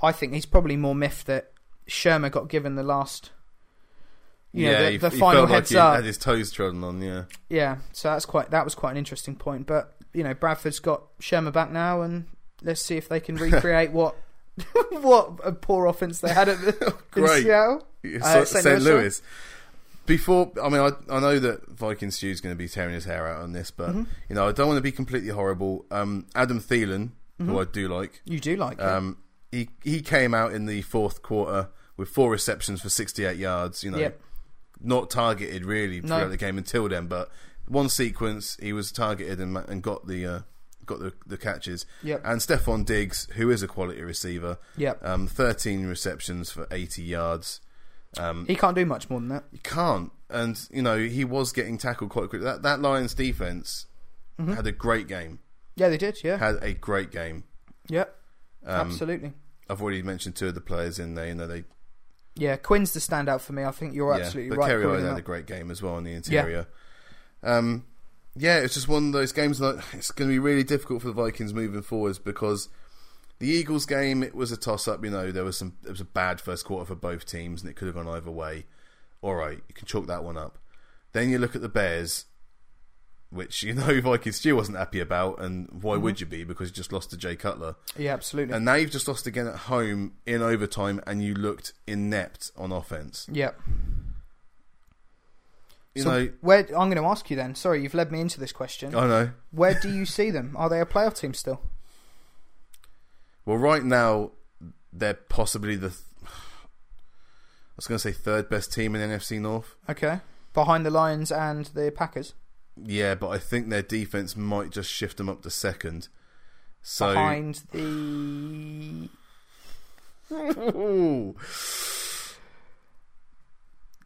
B: I think he's probably more miffed that Shermer got given the last. You know, the,
A: he,
B: the
A: he
B: final
A: felt
B: heads
A: like he
B: up.
A: had his toes trodden on. Yeah,
B: Yeah, so that's quite that was quite an interesting point. But you know, Bradford's got Shermer back now, and let's see if
A: (laughs)
B: they can recreate what (laughs) what a poor offense they had at the, in
A: (laughs) Great.
B: Seattle. Uh,
A: St.
B: St.
A: Louis.
B: Louis, sorry.
A: Before, I mean, I, I know that Viking
B: Mm-hmm.
A: Stew's going to be tearing his hair out on this, but you know, I don't want to be completely horrible. Um, Adam Thielen
B: Mm-hmm.
A: who I do like.
B: You do like him.
A: Um, he he came out in the fourth quarter with four receptions for 68 yards. You know,
B: Yep.
A: not targeted really
B: No.
A: throughout the game until then, but one sequence he was targeted and and got the uh, got the, the catches.
B: Yep.
A: And Stephon Diggs, who is a quality receiver,
B: Yep.
A: um, 13 receptions for 80 yards. Um,
B: he can't do much more than that.
A: You can't, and you know he was getting tackled quite quickly. That that Lions defense had a great game.
B: Yeah, they did. Yeah.
A: Had a great game.
B: Yep.
A: um,
B: Absolutely.
A: I've already mentioned two of the players in there. You know they
B: Yeah, Quinn's the standout for me. I think you're absolutely
A: but
B: right.
A: Kerry
B: calling
A: Hyde
B: that.
A: had a great game as well on the interior. Um, yeah, it's just one of those games that it's going to be really difficult for the Vikings moving forwards because the Eagles game it was a toss up. You know, there was some it was a bad first quarter for both teams, and it could have gone either way. All right, you can chalk that one up. Then you look at the Bears, which you (laughs) know Vikings still wasn't happy about, and why would you be? Because you just lost to Jay Cutler,
B: Mm-hmm. Yeah, absolutely.
A: and now you've just lost again at home in overtime, and you looked inept on offense.
B: yep.
A: You
B: so
A: know, Oh.
B: where I'm going to ask you then. Sorry, you've led me into this question.
A: I know.
B: Where do you see them? Are they a playoff team still?
A: Well, right now they're possibly the. Th- I was going to say third best team in NFC North.
B: Okay, behind the Lions and the Packers.
A: Yeah, but I think their defense might just shift them up to second. So
B: behind the
A: Ooh.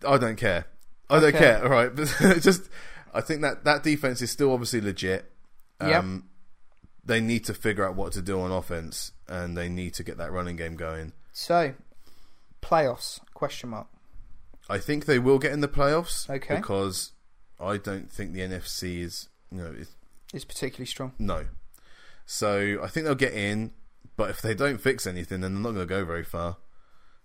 A: I don't care. I don't
B: Okay.
A: care. (laughs) All right, but just I think that that defense is still obviously legit. Um,
B: Yep.
A: They need to figure out what to do on offense, and they need to get that running game going.
B: so playoffs question mark.
A: I think they will get in the playoffs.
B: Okay.
A: Because I don't think the NFC is you know it's,
B: Is particularly strong.
A: no. So I think they'll get in, but if they don't fix anything, then they're not going to go very far.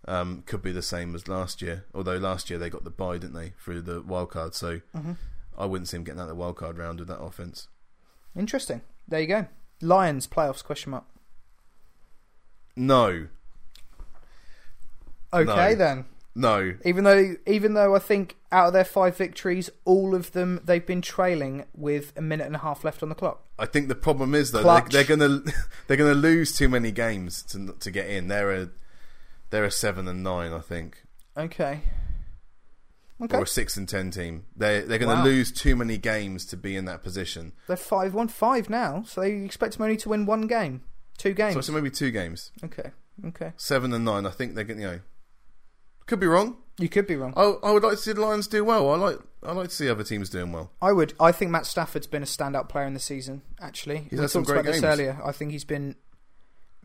A: Um, could be the same as last year. Although last year they got the bye, didn't they, through the wild card? So
B: Mm-hmm.
A: I wouldn't see them getting out of the wild card round with that offense.
B: Interesting. There you go. Lions playoffs question mark.
A: No,
B: Okay
A: No.
B: then.
A: no,
B: Even though, even though I think out of their five victories, all of them they've been trailing with a minute and a half left on the clock.
A: I think the problem is though
B: Clutch.
A: they're, they're gonna (laughs) they're gonna lose too many games to to get in. They're a they're a seven and nine, I think.
B: Okay.
A: or
B: Okay.
A: a six and ten team. They they're going to
B: Wow.
A: lose too many games to be in that position.
B: They're five one five now, so they expect them only to win one game, two
A: So,
B: games.
A: so maybe two games,
B: okay. Okay.
A: seven and nine. I think they're going. You know, could be wrong.
B: You could be wrong.
A: I I would like to see the Lions do well. I like I like to see other teams doing well.
B: I would. I think Matt Stafford's been a standout player in the season. Actually,
A: He's
B: we
A: had some
B: talked
A: great
B: about this
A: games.
B: earlier. I think he's been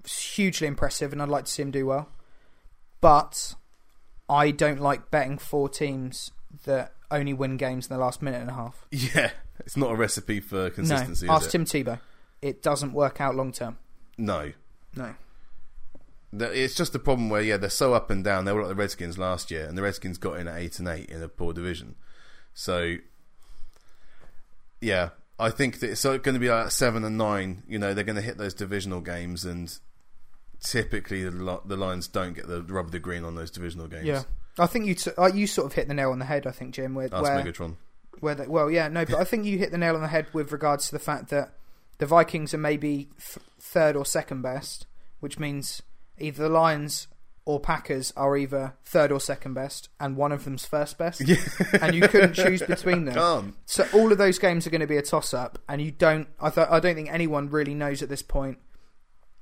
B: hugely impressive, and I'd like to see him do well. But I don't like betting four teams that only win games in the last minute and a half.
A: Yeah, it's not a recipe for consistency.
B: no,
A: is
B: ask
A: it?
B: Tim Tebow. It doesn't work out long term.
A: No,
B: No.
A: The- it's just the problem where yeah they're so up and down. They were like the Redskins last year, and the Redskins got in at eight and eight in a poor division. So yeah, I think that it's going to be like seven and nine. You know they're going to hit those divisional games, and typically the, Li- the Lions don't get the rub of the green on those divisional games.
B: Yeah. I think you t- uh, you sort of hit the nail on the head. I think Jim, where
A: Ask
B: where,
A: Megatron.
B: where they, well, yeah, no, but I think you hit the nail on the head with regards to the fact that the Vikings are maybe th- third or second best, which means either the Lions or Packers are either third or second best, and one of them's first best, and you couldn't choose
A: (laughs)
B: between them.
A: Come.
B: So all of those games are going to be a toss-up, and you don't. I th- I don't think anyone really knows at this point,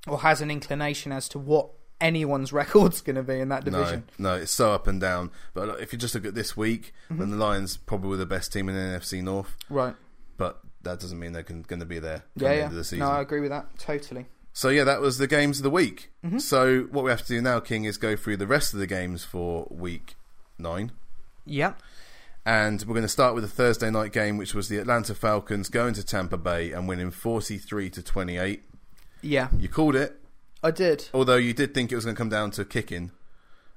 B: or has an inclination as to what anyone's (laughs) record's going to be in that
A: No,
B: division.
A: no, it's so up and down. But like, if you just look at this week,
B: Mm-hmm.
A: then the Lions probably were the best team in the NFC North,
B: Right?
A: but that doesn't mean they're going to be there. come
B: Yeah,
A: the
B: yeah.
A: End of the season.
B: no, I agree with that totally.
A: So yeah, that was the games of the week. So what we have to do now, King, is go through the rest of the games for week nine,
B: Yeah.
A: and we're going to start with the Thursday night game, which was the Atlanta Falcons going to Tampa Bay and winning forty-three to twenty-eight.
B: Yeah,
A: You called it,
B: I did.
A: although you did think it was going to come down to kicking,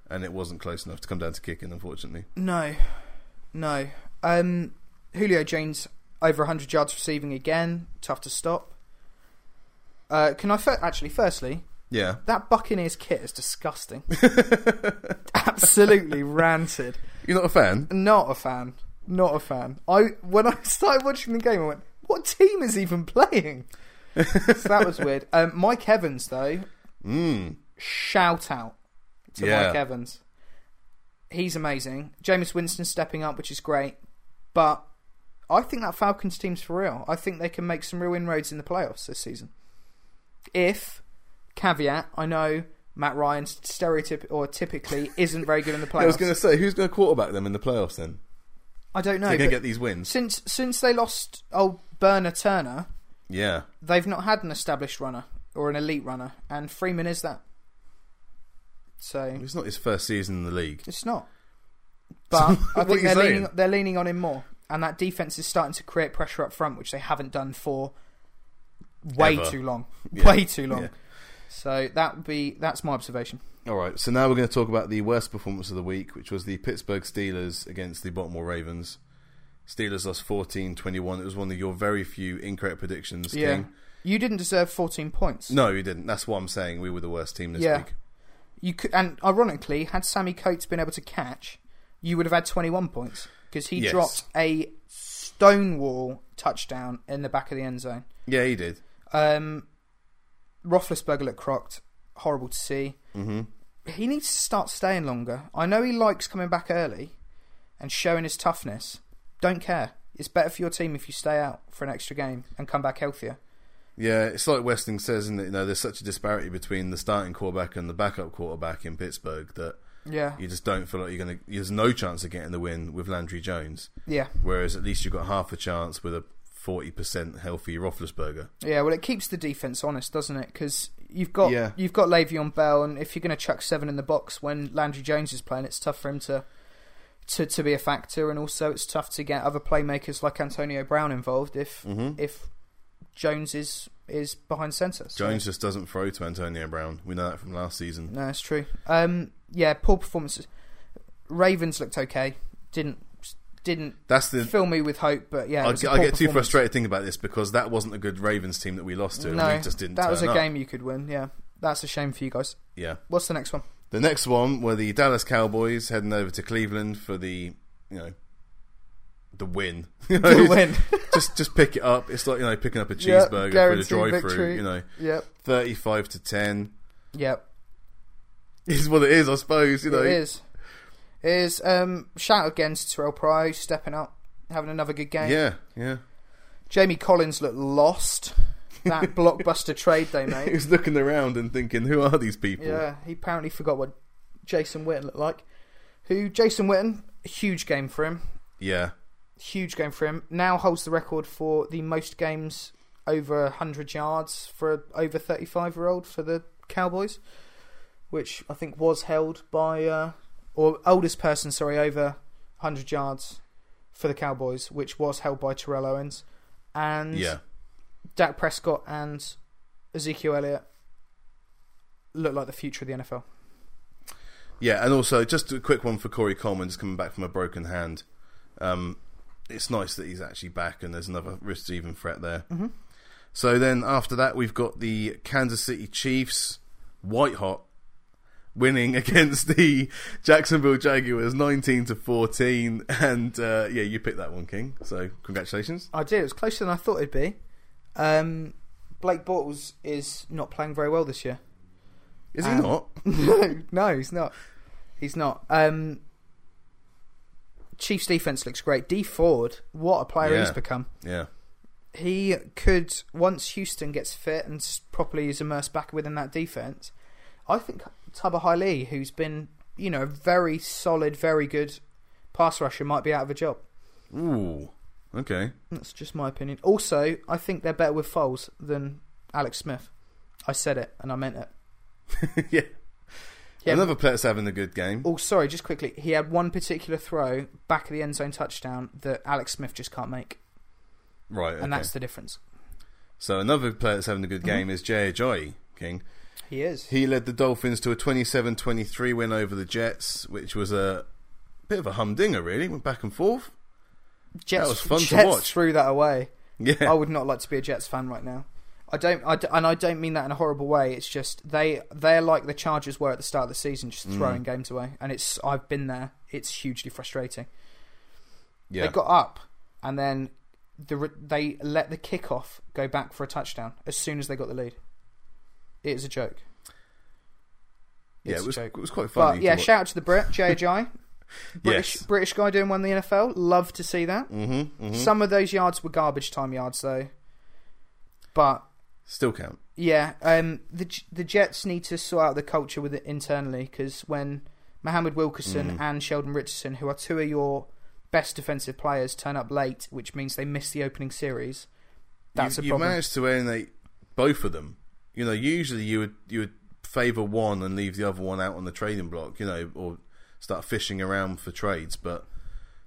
A: and it wasn't close enough to come down to kicking, unfortunately.
B: No, no. Um, Julio Jones over 100 yards receiving again. Tough to stop. Uh, can I fir- actually? Firstly,
A: Yeah,
B: that Buccaneers kit is disgusting. Absolutely ranted.
A: you're not a fan.
B: Not a fan. Not a fan. I when I started watching the game, I went, "What team is even playing?" so that was weird. Um, Mike Evans, though,
A: Mm.
B: shout out to
A: Yeah.
B: Mike Evans. He's amazing. James Winston stepping up, which is great. But I think that Falcons team's for real. I think they can make some real inroads in the playoffs this season. If caveat, I know Matt Ryan stereotyp or
A: (laughs)
B: typically isn't very good in the playoffs.
A: I was going to say, who's going to quarterback them in the playoffs then?
B: I don't know.
A: They're going to
B: but
A: get these wins.
B: Since since they lost old Burner Turner,
A: Yeah.
B: they've not had an established runner or an elite runner, and Freeman is that. So
A: It's not his first season in the league. (laughs)
B: It's not. But I
A: what
B: think
A: are
B: they're
A: you
B: leaning,
A: saying?
B: they're leaning on him more, and that defense is starting to create pressure up front, which they haven't done for way
A: Ever.
B: too long,
A: Yeah.
B: way too long.
A: Yeah.
B: So that would be that's my observation.
A: All right, so now we're going to talk about the worst performance of the week, which was the Pittsburgh Steelers against the Baltimore Ravens. Steelers lost 14 21. It was one of your very few incorrect predictions,
B: Yeah,
A: King.
B: you didn't deserve 14 points.
A: No, you didn't. That's what I'm saying. We were the worst team this
B: Yeah.
A: week.
B: You could, and ironically, had Sammy Coates been able to catch, you would have had 21 points because he
A: Yes.
B: dropped a stonewall touchdown in the back of the end zone.
A: Yeah, he did.
B: Um, Roethlisberger looked crocked. Horrible to see. Mm-hmm. He needs to start staying longer. I know he likes coming back early and showing his toughness. Don't care. It's better for your team if you stay out for an extra game and come back healthier.
A: Yeah, it's like Westing says, isn't it? You know, there's such a disparity between the starting quarterback and the backup quarterback in Pittsburgh that
B: Yeah.
A: you just don't feel like you're going to. There's no chance of getting the win with Landry Jones,
B: Yeah.
A: whereas at least you've got half a chance with a 40% healthy Roethlisberger.
B: Yeah, well, it keeps the defense honest, doesn't it? Because you've got
A: Yeah.
B: you've got Le'Veon Bell, and if you're going to chuck seven in the box when Landry Jones is playing, it's tough for him to to to be a factor, and also it's tough to get other playmakers like Antonio Brown involved if if Jones is is behind center. So-
A: Jones just doesn't throw to Antonio Brown. We know that from last season.
B: no, it's true. Um, yeah, poor performances. Ravens looked okay. Didn't didn't
A: That's the.
B: fill me with hope, but yeah, it
A: I,
B: was a
A: I
B: poor
A: get too
B: performance.
A: frustrated thinking about this because that wasn't a good Ravens team that we lost to.
B: No,
A: and we just didn't.
B: that was
A: turn
B: a
A: up.
B: game you could win. Yeah, that's a shame for you guys.
A: Yeah.
B: What's the
A: (laughs)
B: next one?
A: The next one were the Dallas Cowboys heading over to Cleveland for the, you know, the win. (laughs)
B: The win. (laughs)
A: just just pick it up. It's like you know picking up a
B: Yeah,
A: cheeseburger through the
B: guaranteed
A: drive-through.
B: victory.
A: You know,
B: Yep.
A: thirty-five to ten (laughs)
B: Yep.
A: is what it is, I suppose. You know,
B: It is. It is. Um, shout again to Terrell Pryor stepping up, having another good game.
A: yeah, yeah. (laughs)
B: Jamie Collins looked lost.
A: (laughs)
B: That blockbuster trade they
A: He
B: made.
A: was looking around and thinking, "Who are these people?"
B: Yeah, he apparently forgot what Jason Witten looked like. Who Jason Witten? Huge game for him.
A: yeah.
B: Huge game for him. Now holds the record for the most games over 100 yards for a over 35 year old for the Cowboys, which I think was held by uh, or oldest person, sorry, over 100 yards for the Cowboys, which was held by Terrell Owens and
A: yeah.
B: Dak Prescott and Ezekiel Elliott look like the future of the NFL.
A: Yeah, and also just a quick one for Corey Coleman, just coming back from a broken hand. Um, it's nice that he's actually back, and there's another receiving threat there. Mm-hmm. So then after that, we've got the Kansas City Chiefs, white hot, winning (laughs) against the Jacksonville Jaguars, nineteen to fourteen. And uh, yeah, you picked that one, King. So congratulations.
B: I did. It was closer than I thought it'd be. Um, Blake Bortles is not playing very well this year. (laughs)
A: Is he
B: Um,
A: not?
B: no, no, he's not. He's not. Um, Chiefs defense looks great. D Ford, what a player he's
A: Yeah.
B: become.
A: Yeah,
B: He could once Houston gets fit and s- properly is immersed back within that defense. I think Tubba Hailey, who's been you know a very solid, very good pass rusher, might be out of a job.
A: Ooh. Okay. (laughs)
B: That's just my opinion. Also, I think they're better with Foles than Alex Smith. I said it and I meant it.
A: yeah.
B: Yeah.
A: Another player's having a good game.
B: Oh, sorry, just quickly. He had one particular throw back of the end zone touchdown that Alex Smith just can't make,
A: Right. Okay.
B: and that's the difference.
A: So another player that's having a
B: Mm-hmm.
A: good game is Jay Ajayi, King.
B: He is.
A: He led the Dolphins to a 27-23 win over the Jets, which was a bit of a humdinger, really. Went back and forth. (laughs)
B: Jets,
A: was fun to
B: Jets
A: watch.
B: threw that away.
A: Yeah,
B: I would not like to be a Jets fan right now. I don't, I d and I don't mean that in a horrible way. It's just they they're like the Chargers were at the start of the season, just
A: Mm.
B: throwing games away. And it's I've been there. It's hugely frustrating.
A: yeah.
B: They got up, and then the re- they let the kickoff go back for a touchdown as soon as they got the lead. It is a joke.
A: Yeah,
B: It's
A: it
B: a
A: was,
B: joke.
A: it was quite funny.
B: But
A: to
B: yeah,
A: watch.
B: shout out to the Brit,
A: (laughs)
B: JJ. British,
A: Yes.
B: British guy doing one in the NFL. Love to see that.
A: Mm-hmm, hmm
B: Some of those yards were garbage time yards, though. But
A: Still count.
B: yeah, um, the J- the Jets need to sort out the culture with it internally because when Mohammed Wilkerson and Sheldon Richardson, who are two of your best defensive players, turn up late, which means they miss the opening series, that's
A: you,
B: a
A: you
B: problem.
A: managed to eliminate both of them. You know, usually you would you would favour one and leave the other one out on the trading block. You know, or start fishing around for trades. But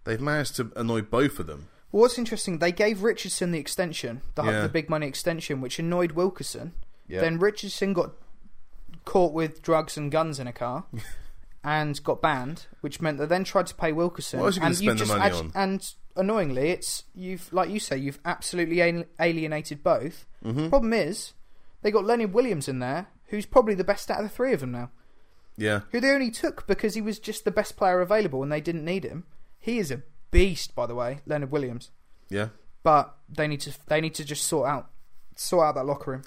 A: they've managed to annoy both of them.
B: Well, what's interesting, they gave Richardson the extension, the,
A: Yeah.
B: the big money extension, which annoyed Wilkerson.
A: Yeah.
B: Then Richardson got caught with drugs and guns in
A: (laughs)
B: a car and got banned, which meant they then tried to pay Wilkerson.
A: What else you gonna
B: and
A: spend
B: you've
A: the
B: just
A: money
B: act- And annoyingly, it's you've like you say, you've absolutely al- alienated both.
A: Mm-hmm.
B: Problem is, they got Leonard Williams in there, who's probably the best out of the three of them now.
A: Yeah,
B: Who they only took because he was just the best player available and they didn't need him. He is a beast, by the way, Leonard Williams
A: yeah,
B: but they need to they need to just sort out sort out that locker room.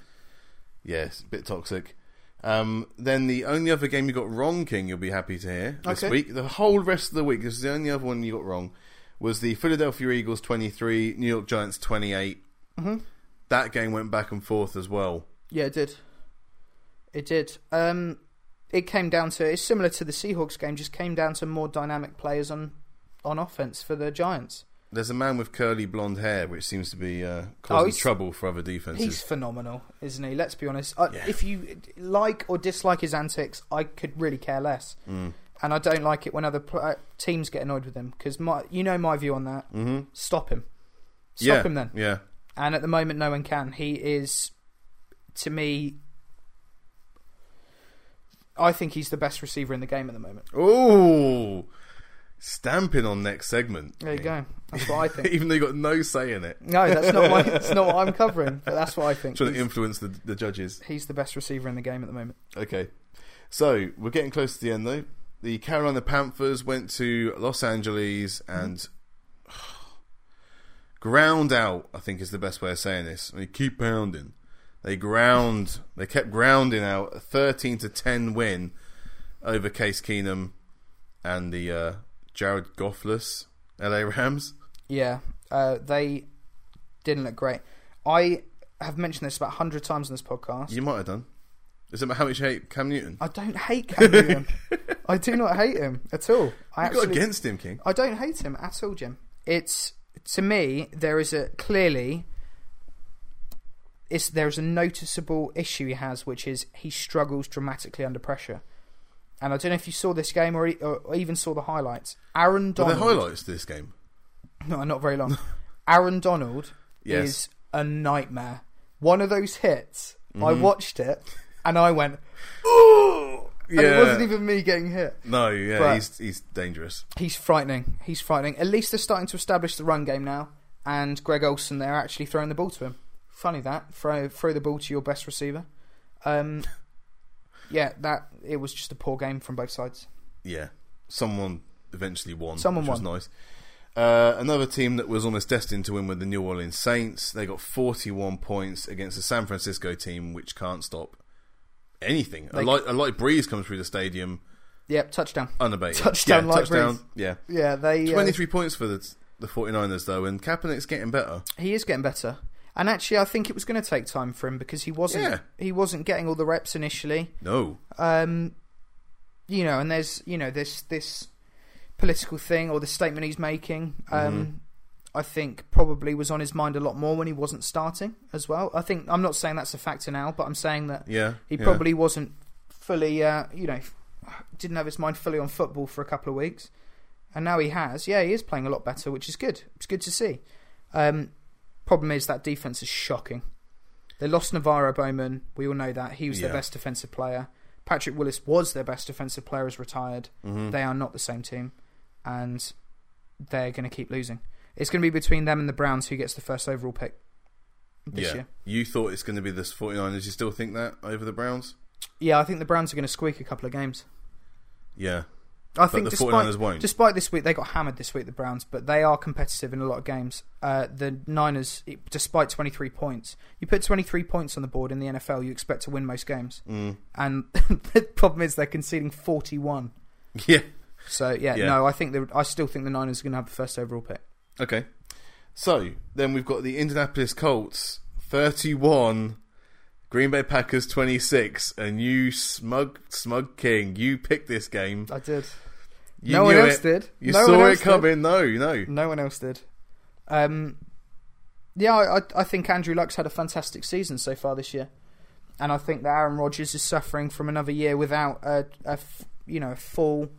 A: yeah. It's a bit toxic. Um, then the only other game you got wrong, King, you'll be happy to hear this
B: Okay.
A: week. The whole rest of the week, this is the only other one you got wrong, was the Philadelphia Eagles twenty-three, New York Giants 28
B: Mm-hmm.
A: That game went back and forth as well.
B: Yeah, it did. It did. Um, it came down to it's similar to the Seahawks game, just came down to more dynamic players on on offense for the Giants.
A: There's a man with curly blonde hair, which seems to be uh, causing
B: Oh, he's-
A: trouble for other
B: He's
A: defenses.
B: phenomenal, isn't he? Let's be honest. I,
A: Yeah.
B: If you like or dislike his antics, I could really care less.
A: Mm.
B: And I don't like it when other pl- uh, teams get annoyed with him because my you know my view on that. Mm-hmm. Stop him. Stop
A: yeah,
B: him then.
A: Yeah,
B: and at the moment no one can. He is, to me, I think he's the best receiver in the game at the moment.
A: Ooh, stamping on next segment.
B: There you go. That's what I think.
A: (laughs) Even though you got no say in it,
B: No, that's not my, that's not what I'm covering, but that's what I think.
A: trying to
B: He's,
A: influence the, the judges.
B: he's the best receiver in the game at the moment.
A: Okay, so we're getting close to the end though. The Carolina Panthers went to Los Angeles and (sighs) ground out. I think is the best way of saying this. They keep pounding. They ground. They kept grounding out a thirteen to ten win over Case Keenum and the uh, Jared Goffless LA Rams.
B: Yeah, uh, they didn't look great. I have mentioned this about hundred times in this podcast.
A: You might have done. Is it how much hate Cam Newton?
B: I don't hate Cam Newton. I do not hate him at all. I
A: You got
B: absolutely
A: against him, King.
B: I don't hate him at all, Jim. It's to me there is a clearly it's, there is a noticeable issue he has, which is he struggles dramatically under pressure. And I don't know if you saw this game or, e, or even saw the highlights. Aaron
A: Are there
B: Donald,
A: highlights to this game?
B: no, (laughs) not very long. Aaron Donald
A: Yes.
B: is a nightmare. One of those hits. I
A: Mm-hmm.
B: watched it and I went, ooh. (gasps) And it
A: Yeah.
B: wasn't even me getting hit.
A: No, yeah,
B: But-
A: he's he's dangerous.
B: He's frightening. He's frightening. At least they're starting to establish the run game now, and Greg Olson they're actually throwing the ball to him. Funny that throw throw the ball to your best receiver. (laughs) Um, yeah, that it was just a poor game from both sides.
A: yeah, someone eventually won.
B: Someone
A: which
B: won.
A: Was nice. Uh, another team that was almost destined to win with the New Orleans Saints. They got 41 points against the San Francisco team, which can't stop anything. a,
B: They-
A: light, a light breeze comes through the stadium,
B: Yep, touchdown.
A: unabated.
B: Touchdown,
A: yeah,
B: light
A: touchdown.
B: breeze.
A: Yeah,
B: Yeah, they. Uh,
A: 23 points for the the 49ers though, and Kaepernick's getting better.
B: he is getting better, and actually, I think it was going to take time for him because he wasn't.
A: Yeah.
B: He wasn't getting all the reps initially.
A: No,
B: um, you know, and there's you know this this political thing or the statement he's making. Um, I think probably was on his mind a lot more when he wasn't starting as well. I think I'm not saying that's a factor now, but I'm saying that
A: yeah,
B: he
A: yeah.
B: probably wasn't fully, uh, you know, f- didn't have his mind fully on football for a couple of weeks, and now he has. Yeah, he is playing a lot better, which is good. It's good to see. Um, problem is that defense is shocking. They lost Navarro Bowman. We all know that he was
A: Yeah.
B: their best defensive player. Patrick Willis was their best defensive player. Is retired.
A: Mm-hmm. Hmm.
B: They are not the same team, and they're going to keep losing. It's going to be between them and the Browns who gets the first overall pick this
A: yeah.
B: year.
A: You thought it's going to be the 49ers. You still think that over the Browns?
B: Yeah, I think the Browns are going to squeak a couple of games.
A: Yeah. (laughs)
B: I
A: But
B: think
A: the
B: despite
A: 49ers won't.
B: despite this week they got hammered this week the Browns, but they are competitive in a lot of games. Uh, the Niners, it- despite 23 points, you put 23 points on the board in the NFL, you expect to win most games,
A: Mm.
B: and (laughs) the problem is they're conceding 41.
A: Yeah.
B: So yeah,
A: Yeah.
B: no, I think the, I still think the Niners are going to have the first overall pick.
A: Okay. So then we've got the Indianapolis Colts 31, Green Bay Packers 26, and you smug smug king, you picked this game.
B: I did.
A: You
B: no
A: knew
B: one else
A: it.
B: did.
A: You
B: no one
A: saw
B: else
A: it
B: did. Mm-hmm.
A: coming. No, no.
B: No one else did. Um, yeah, I, I- I think Andrew Luck's had a fantastic season so far this year, and I think that Aaron Rodgers is suffering from another year without a, a f- you know a full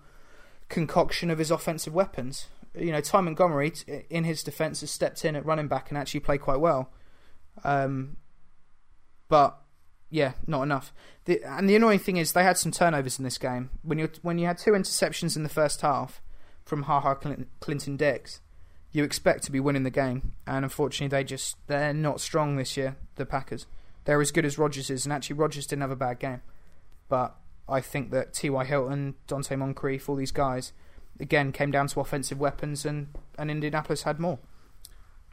B: concoction of his offensive weapons. You know, Ty Montgomery, t- in his defence, has stepped in at running back and actually played quite well, um, but yeah, not enough. The, and the annoying thing is they had some turnovers in this game. When you when you had two interceptions in the first half from Ha Ha Clin- Clinton Dix, you expect to be winning the game, and unfortunately they just they're not strong this year. The Packers, they're as good as Rogers is, and actually Rogers didn't have a bad game, but I think that T Y Hilton, Dante Moncrief, all these guys, again came down to offensive weapons, and and Indianapolis had more.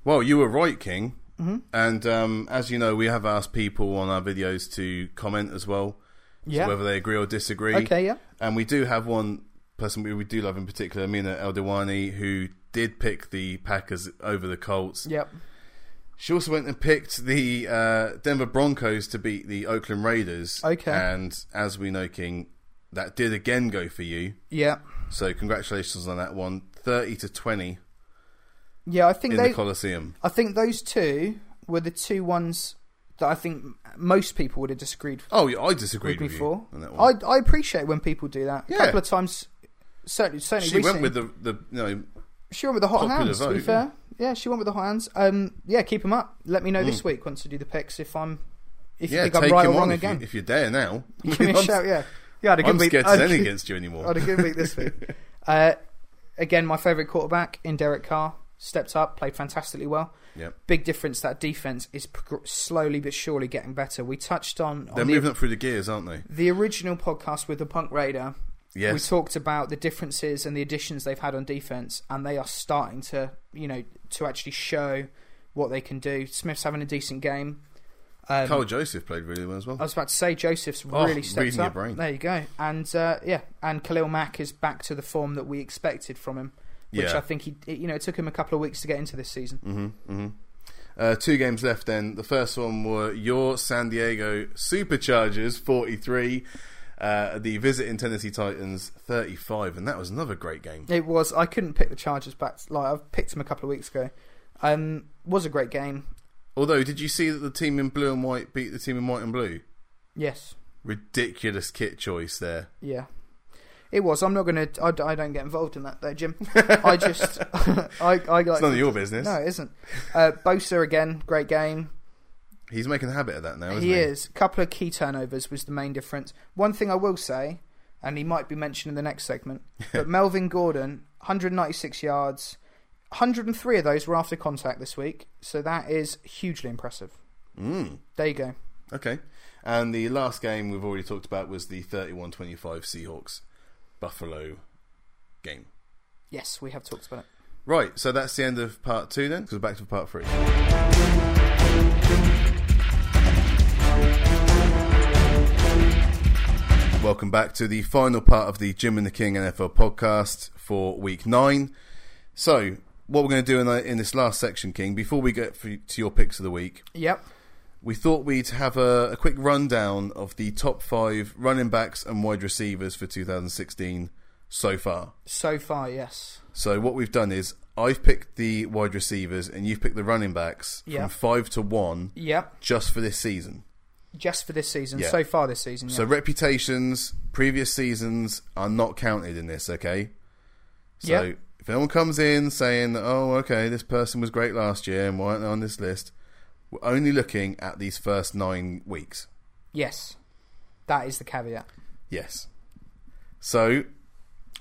A: Well, you were right, King.
B: Mhm.
A: And um, as you know, we have asked people on our videos to comment as well, so whether they agree or disagree.
B: Okay. Yeah.
A: And we do have one person we, we do love in particular, Mina Eldewani, who did pick the Packers over the Colts.
B: Yep.
A: She also went and picked the uh, Denver Broncos to beat the Oakland Raiders.
B: Okay.
A: And as we know, King, that did again go for you.
B: Yeah.
A: So congratulations on that one. 30 to 20
B: Yeah. I think
A: in
B: they
A: the Coliseum.
B: I think those two were the two ones that I think most people would have disagreed
A: Oh, yeah, I disagreed
B: with me
A: with, you
B: for.
A: on that
B: I
A: one.
B: I appreciate when people do that. A
A: Yeah.
B: couple of times, certainly, certainly.
A: she
B: recently,
A: went with the, the you know,
B: she went with the hot
A: popular
B: hands. to be
A: vote,
B: fair, yeah. she went with the hot hands. Um, yeah, keep them up. Let me know this week once I do the picks if I'm if
A: Mm. yeah,
B: you think
A: take
B: I'm right or
A: him
B: wrong
A: on if,
B: again.
A: You, if you're there now.
B: (laughs) Give me
A: (laughs)
B: a
A: I'm,
B: shout. Yeah, yeah. I had a good
A: I'm
B: week.
A: scared
B: (laughs) I
A: to
B: had a
A: stand
B: good-
A: against you
B: I had
A: anymore.
B: a good week
A: (laughs)
B: this week. Uh, again, my favourite quarterback in Derek Carr stepped up, played fantastically well.
A: Yep.
B: Big difference that defense is prog- slowly but surely getting better. We touched on,
A: They're
B: on the,
A: moving up through the gears, aren't they?
B: the original podcast with the Punk Raider. We
A: Yes.
B: talked about the differences and the additions they've had on defense, and they are starting to, you know, to actually show what they can do. Smith's having a decent game. Um,
A: Carl Joseph played really well as well.
B: I was about to say Joseph's
A: Oh,
B: really stepped
A: reading
B: up.
A: your brain.
B: There you go. And uh, yeah, and Khalil Mack is back to the form that we expected from him, which
A: Yeah.
B: I think he, it- you know, it took him a couple of weeks to get into this season.
A: hmm hmm Uh, two games left then. The first one were your San Diego Superchargers 43, uh, the visiting Tennessee Titans 35, and that was another great game.
B: It was. I couldn't pick the Chargers back. Like I've picked them a couple of weeks ago. Um, was a great game.
A: Although, did you see that the team in blue and white beat the team in white and blue?
B: Yes.
A: Ridiculous kit choice there.
B: Yeah. It was. I'm not gonna. I, I don't get involved in that
A: (laughs)
B: though, Jim. I just. (laughs) I. I like.
A: It's none of your business.
B: no, it isn't. Uh, Bosa again. Great game.
A: He's making a habit of that now, isn't
B: He is. couple of key turnovers was the main difference. One thing I will say, and he might be mentioned in the
A: (laughs)
B: next segment, but Melvin Gordon, 196 yards, 103 of those were after contact this week, so that is hugely impressive.
A: Mm,
B: There you go.
A: okay. And the last game we've already talked about was the 31 25 Seahawks Buffalo game.
B: Yes, we have talked about it.
A: Right, so that's the end of part two then. So we're back to part three. Welcome back to the final part of the Jim and the King NFL podcast for week nine. So, what we're going to do in, the, in this last section, King, before we get for, to your picks of the week,
B: Yep.
A: we thought we'd have a, a quick rundown of the top five running backs and wide receivers for 2016 so far.
B: So far, yes.
A: So what we've done is I've picked the wide receivers and you've picked the running backs
B: Yeah.
A: from five to one
B: Yep.
A: just for this season.
B: Just for this season.
A: Yeah.
B: So far this season. Yeah.
A: So reputations, previous seasons are not counted in this, okay? So
B: Yeah.
A: if anyone comes in saying, "Oh, okay, this person was great last year and why aren't they on this list?" We're only looking at these first nine weeks.
B: yes. That is the caveat.
A: Yes. So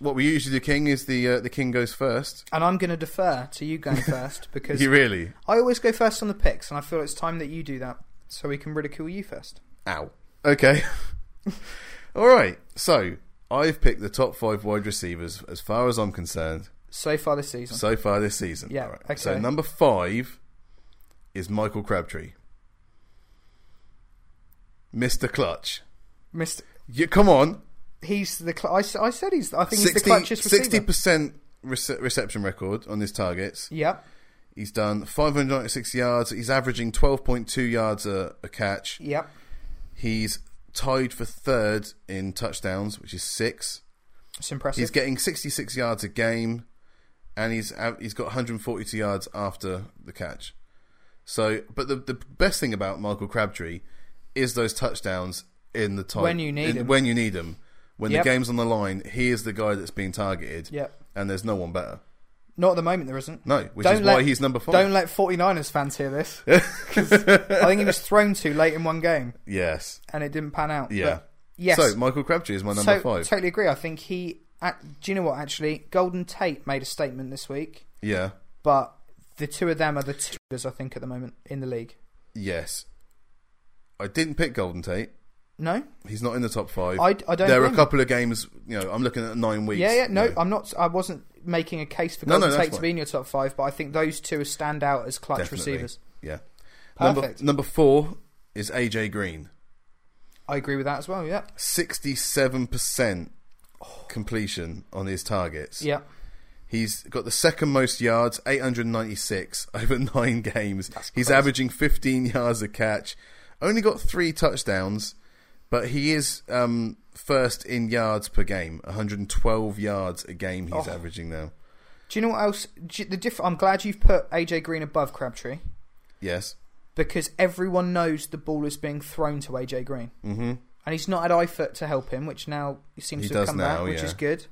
A: what we usually do, King, is the uh, the King goes first.
B: And I'm going to defer to
A: (laughs)
B: you going first because
A: You really?
B: I always go first on the picks, and I feel it's time that you do that
A: (laughs)
B: so we can ridicule you first.
A: Ow. Okay. All right. So I've picked the top five wide receivers as far as I'm concerned
B: so far this season.
A: so far this season.
B: Yeah,
A: Alright. So
B: okay.
A: number five is Michael Crabtree, Mister Clutch.
B: Mr.
A: You come on,
B: He's the cl- I, s- I said he's I think he's the clutchest
A: sixty
B: receiver.
A: percent rece- reception record on his targets.
B: Yeah,
A: He's done 596 yards. He's averaging 12.2 yards a, a catch.
B: yep.
A: He's tied for third in touchdowns, which is six.
B: It's impressive.
A: He's getting 66 yards a game, and he's av- he's got 142 yards after the catch. So, but the the best thing about Michael Crabtree is those touchdowns in the time
B: When you need 'em.
A: When you need 'em. when
B: Yep.
A: the game's on the line, he is the guy that's being targeted.
B: Yep.
A: and there's no one better.
B: Not at the moment there isn't.
A: No, which
B: Don't
A: is why
B: let-
A: he's number 5
B: Don't let 49ers fans
A: (laughs)
B: hear this. 'Cause I think he was thrown to late in one game
A: yes,
B: and it didn't pan out.
A: yeah.
B: But yes.
A: So Michael Crabtree is my number
B: So-
A: five.
B: Totally agree. I think he. ac- do you know what? Actually, Golden Tate made a statement this week,
A: yeah.
B: but the two of them are the two I think at the moment in the league.
A: Yes. I didn't pick Golden Tate.
B: No,
A: He's not in the top five.
B: I, I don't.
A: there are
B: blame
A: a
B: you.
A: couple of games. You know, I'm looking at nine weeks.
B: Yeah, yeah. No,
A: you know.
B: I'm not. I wasn't making a case for
A: No, no,
B: Golden
A: that's
B: Tate to
A: fine.
B: be in your top five, but I think those two stand out as clutch
A: Definitely.
B: receivers.
A: yeah.
B: Perfect.
A: Number number four is AJ Green,
B: I agree with that as well. Yeah,
A: sixty-seven percent completion on his targets.
B: yeah.
A: He's got the second most yards, 896 (laughs) over nine games. He's
B: crazy.
A: averaging 15 yards a catch. Only got three touchdowns, but he is um, first in yards per game. 112 yards a game he's
B: Oh.
A: averaging now.
B: Do you know what else? Do you- the diff- I'm glad you've put AJ Green above Crabtree
A: Yes.
B: because everyone knows the ball is being thrown to AJ Green.
A: Mm-hmm.
B: and he's not had Eifert to help him, which now he seems
A: He
B: to have
A: does
B: come
A: now,
B: back, which
A: yeah.
B: is good.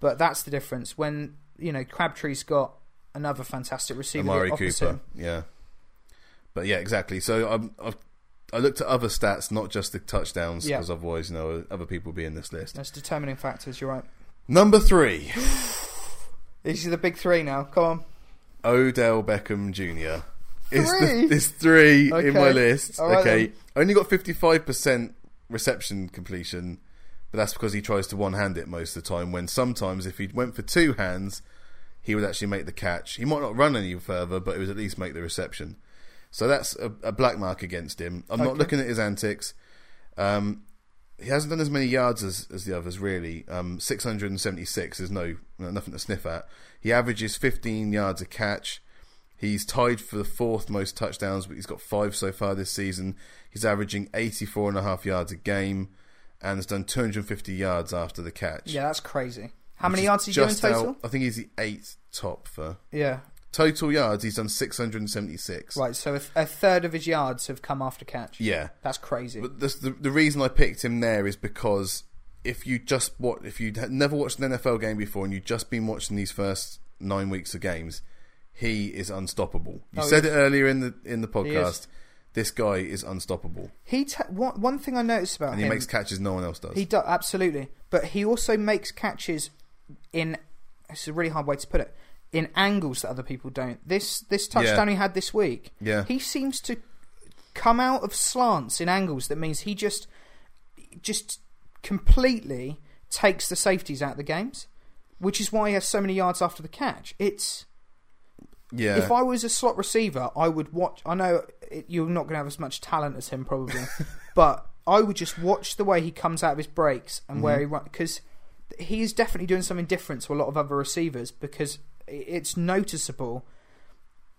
B: But that's the difference when you know Crabtree's got another fantastic receiver
A: Amari
B: opposite
A: Cooper.
B: him.
A: Yeah. But yeah, exactly. So I'm, I've, I looked at other stats, not just the touchdowns,
B: Yeah.
A: because otherwise, you know, other people will be in this list.
B: That's determining factors. You're right.
A: Number three,
B: These are the big three now. Come on.
A: Odell Beckham Jr. Is
B: Three?
A: the, is three
B: Okay.
A: in my list.
B: All right
A: okay, only got fifty five percent reception completion, but that's because he tries to one hand it most of the time. When sometimes if he went for two hands, he would actually make the catch. He might not run any further, but he would at least make the reception. So that's a, a black mark against him. I'm not
B: Okay.
A: looking at his antics. Um, he hasn't done as many yards as, as the others, really. Um, 676 is no nothing to sniff at. He averages 15 yards a catch. He's tied for the fourth most touchdowns, but he's got five so far this season. He's averaging 84 and a half yards a game and has done 250 yards after the catch.
B: Yeah, that's crazy. How
A: Which
B: many
A: is
B: yards did you do in
A: just
B: total?
A: out- I think he's the eighth top for
B: Yeah,
A: total yards. He's done 676.
B: right. So a, th- a third of his yards have come after catch.
A: Yeah.
B: That's crazy.
A: But this, the the reason I picked him there is because if you just what if you had never watched an NFL game before and you've just been watching these first nine weeks of games, he is unstoppable. You
B: Oh,
A: said it earlier in the in the
B: is.
A: podcast. This guy is unstoppable,
B: He ta- one, one thing I noticed about
A: and he
B: him
A: makes catches no one else does.
B: He does absolutely, but he also makes catches in. It's a really hard way to put it. In angles that other people don't. This this touchdown he had this week.
A: Yeah.
B: He seems to come out of slants in angles. That means he just just completely takes the safeties out of the games, which is why he has so many yards after the catch. It's
A: yeah,
B: if I was a slot receiver, I would watch. I know it, you're not going to have as much talent as
A: (laughs)
B: him probably, but I would just watch the way he comes out of his breaks and
A: Mm-hmm.
B: where he runs because he is definitely doing something different to a lot of other receivers because i- it's noticeable.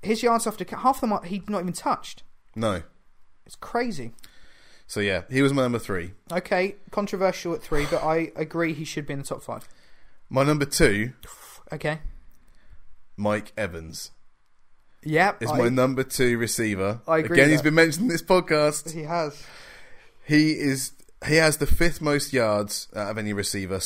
B: His yards after ca- half of them are, he'd not even touched.
A: no.
B: It's crazy.
A: So yeah, he was my number three.
B: Okay, controversial at three, but I agree he should be in the top five.
A: My number two,
B: Okay.
A: Mike Evans,
B: Yeah.
A: is
B: I-
A: my number two receiver.
B: I agree
A: Again,
B: with
A: he's
B: that.
A: been mentioned in this podcast.
B: he has.
A: He is he has the fifth most yards out of any receiver,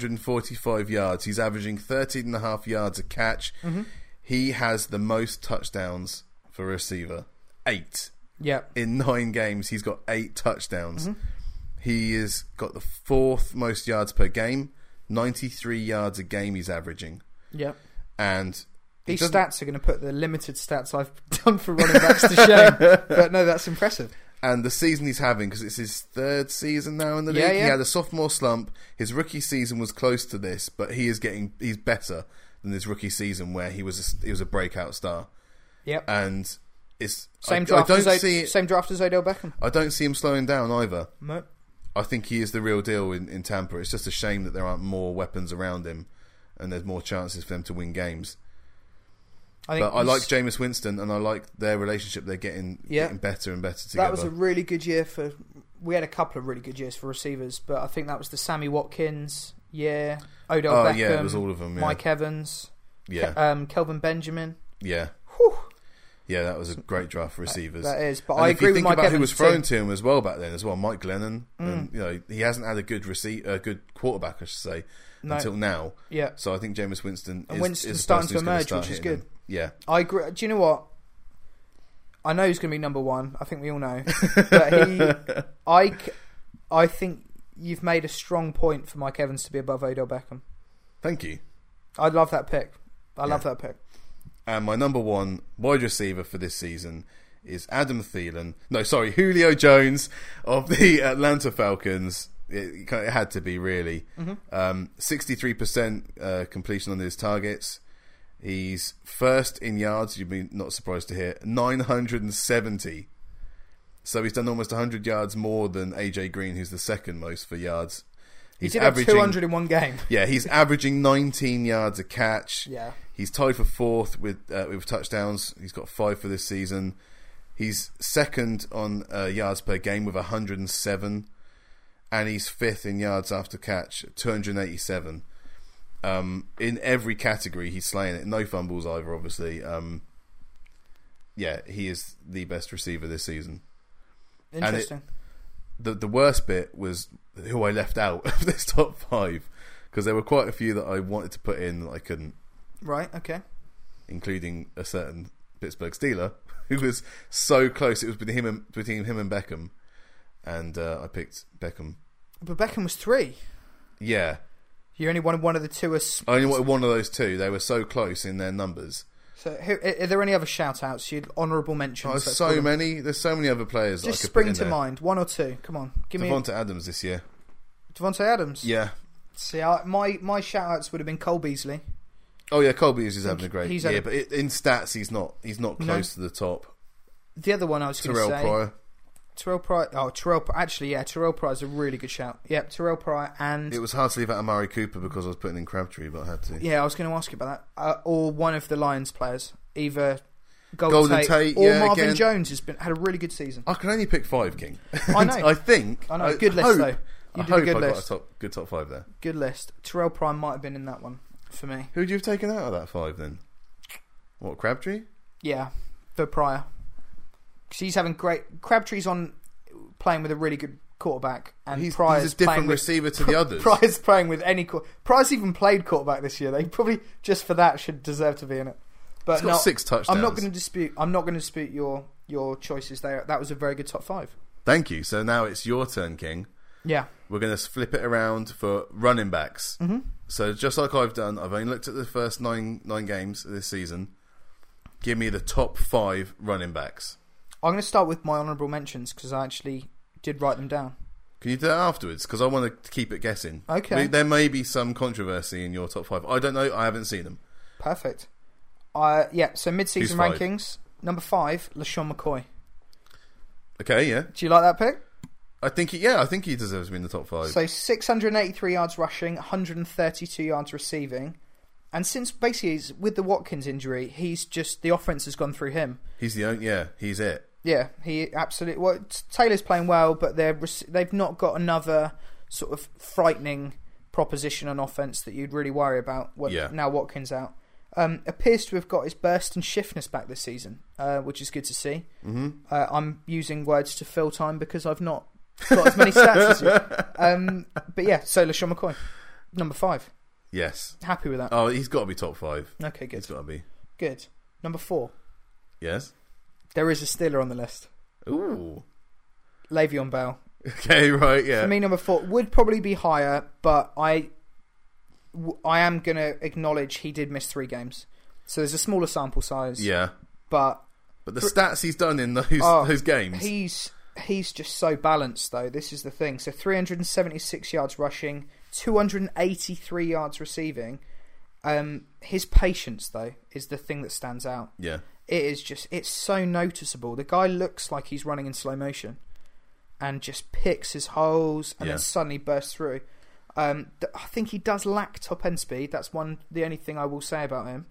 A: 745 yards. He's averaging 13 and a half yards a catch.
B: Mm-hmm.
A: He has the most touchdowns for a receiver. 8
B: Yeah.
A: in 9 games he's got 8 touchdowns.
B: Mm-hmm.
A: He is got the fourth most yards per game, 93 yards a game he's averaging.
B: Yeah.
A: And he
B: These
A: doesn't-
B: (laughs)
A: (laughs)
B: stats are going to put the limited stats I've done for running backs to shame. But no, that's impressive.
A: and the season he's having because it's his third season now in the league.
B: Yeah,
A: He
B: yeah.
A: had a sophomore slump. His rookie season was close to this, but he is getting he's better than his rookie season where he was a, he was a breakout star.
B: Yep.
A: And it's
B: Same
A: I,
B: draft,
A: I don't
B: as Od-
A: see
B: same draft as Odell Beckham.
A: I don't see him slowing down either.
B: No.
A: I think he is the real deal in, in Tampa. It's just a shame that there aren't more weapons around him and there's more chances for them to win games.
B: I
A: But I
B: he's-
A: like Jameis Winston and I like their relationship. They're getting
B: Yeah.
A: getting better and better together.
B: that was a really good year for. We had a couple of really good years for receivers, but I think that was the Sammy Watkins year, Odell
A: oh
B: Beckham,
A: yeah, it was all of them. Yeah,
B: Mike Evans,
A: yeah,
B: um, Kelvin Benjamin.
A: yeah.
B: Whew,
A: Yeah, that was a great draft for receivers.
B: that is, but
A: and
B: I
A: if
B: agree
A: you
B: with
A: think
B: Mike
A: about
B: Evans
A: who was thrown
B: too. Mm.
A: to him as well back then as well, Mike Glennon. And, you know, he hasn't had a good receipt, a good quarterback, I should say,
B: No.
A: until now.
B: Yeah,
A: So I think Jameis Winston
B: And
A: is,
B: Winston's
A: is the
B: starting
A: person
B: to
A: who's gonna
B: emerge,
A: start
B: which is
A: hitting
B: good.
A: him. Yeah,
B: I agree. Do you know what? I know he's going to be number one. I think we
A: (laughs)
B: all know. but he, I, c- I think you've made a strong point for Mike Evans to be above Odell Beckham.
A: thank you.
B: I love that pick. I love that pick.
A: And my number one wide receiver for this season is Adam Thielen. No, sorry, Julio Jones of the (laughs) Atlanta Falcons. It, it kind of had to be really.
B: Mm-hmm.
A: Um, 63% uh, completion on his targets. He's first in yards, you'd be not surprised to hear, 970. So he's done almost 100 yards more than AJ Green, who's the second most for yards.
B: He
A: He's
B: did have 200 in one game.
A: yeah, he's averaging 19 yards a catch.
B: Yeah.
A: He's tied for fourth with uh, with touchdowns. He's got five for this season. He's second on uh, yards per game with 107, and he's fifth in yards after catch, 287. Um, in every category, he's slaying it. No fumbles either, obviously. Um, yeah, he is the best receiver this season it-
B: Interesting.
A: the the worst bit was who I left out (laughs) of this top five because there were quite a few that I wanted to put in that I couldn't,
B: right, okay.
A: including a certain Pittsburgh Steeler (laughs) who was so close. It was between him and between him and Beckham, and uh, I picked Beckham.
B: But Beckham was three.
A: Yeah,
B: You only wanted one of the two. As,
A: I only wanted one of those two. They were so close in their numbers.
B: so, who, are are there any other shout outs? You'd honourable mentions.
A: Oh,
B: let's call
A: so
B: them?
A: many. There's so many other players. that I
B: Just
A: could
B: spring
A: put in
B: to
A: there.
B: mind. One or two. Come on. Give me
A: Devonta Adams this year.
B: Devontae Adams.
A: Yeah.
B: See, I, my, my shout outs would have been Cole Beasley.
A: Oh yeah, Colby is having a great
B: he's had
A: year,
B: a-
A: but it, in stats he's not. He's not
B: No.
A: close to the top.
B: The other one I was going to
A: Terrell
B: say.
A: Pryor.
B: Terrell Pryor. Oh, Terrell. Pry- Actually, yeah, Terrell Pryor's a really good shout. Yep, Terrell Pryor and
A: It was hard to leave out Amari Cooper because I was putting in Crabtree, but I had to.
B: yeah, I was going to ask you about that. Uh, or one of the Lions players, either Golden,
A: Golden
B: Tate,
A: Tate,
B: or
A: yeah,
B: Marvin
A: again.
B: Jones has been had a really good season.
A: I can only pick five, King.
B: I know.
A: (laughs) I think.
B: I know, good list,
A: hope-
B: though.
A: I
B: You did a
A: hope
B: good
A: I got
B: list.
A: a top, good top five there.
B: Good list. Terrell Prime might have been in that one for me.
A: Who would you have taken out of that five then? What Crabtree?
B: Yeah, for Pryor. 'Cause he's having great. Crabtree's on playing with a really good quarterback, and
A: He's,
B: Pryor's
A: he's a
B: playing
A: different
B: with.
A: receiver
B: (laughs)
A: to the others.
B: Pryor's playing with any quarter. Pryor's even played quarterback this year. They probably just for that should deserve to be in it. But
A: He's got
B: no,
A: six touchdowns.
B: I'm not going to dispute. I'm not going to dispute your your choices there. That was a very good top five.
A: Thank you. So now it's your turn, King.
B: Yeah,
A: We're going to flip it around for running backs. Mm-hmm. So just like I've done, I've only looked at the first nine nine games of this season. Give me the top five running backs.
B: I'm going to start with my honourable mentions because I actually did write them down.
A: Can you do that afterwards? Because I want to keep it guessing.
B: Okay.
A: We- there may be some controversy in your top five. I don't know. I haven't seen them.
B: Perfect. Uh, yeah. So
A: Who's
B: mid-season
A: five?
B: rankings number five, Lashawn McCoy.
A: Okay, yeah.
B: Do you like that pick?
A: I think he, yeah, I think he deserves to be in the top five.
B: So 683 yards rushing, 132 yards receiving, and since basically he's, with the Watkins injury, he's just the offense has gone through him.
A: he's the only. Yeah, he's it.
B: Yeah, he absolutely. Well, T- Taylor's playing well, but they're rec- they've not got another sort of frightening proposition on offense that you'd really worry about. When,
A: Yeah.
B: Now Watkins out. Um, appears to have got his burst and shiftness back this season, uh, which is good to see. Mm-hmm. Uh, I'm using words to fill time because I've not got as many stats as you. Um, but yeah, so LaShawn McCoy, number five.
A: Yes.
B: Happy with that.
A: Oh, he's got to be top five.
B: Okay, good.
A: He's got to be.
B: Good. Number four.
A: Yes.
B: There is a Steeler on the list.
A: Ooh. (laughs)
B: Le'Veon Bell.
A: Okay. Right. Yeah.
B: For me, number four would probably be higher, but I, w- I am going to acknowledge he did miss three games, so there's a smaller sample size.
A: yeah.
B: But
A: But the stats he's done in those
B: Oh,
A: those games.
B: he's he's just so balanced, though. This is the thing. So 376 yards rushing, 283 yards receiving. Um, his patience, though, is the thing that stands out.
A: Yeah.
B: It is just, it's so noticeable. The guy looks like he's running in slow motion and just picks his holes and
A: Yeah.
B: then suddenly bursts through. Um, th- I think he does lack top end speed. That's one, the only thing I will say about him.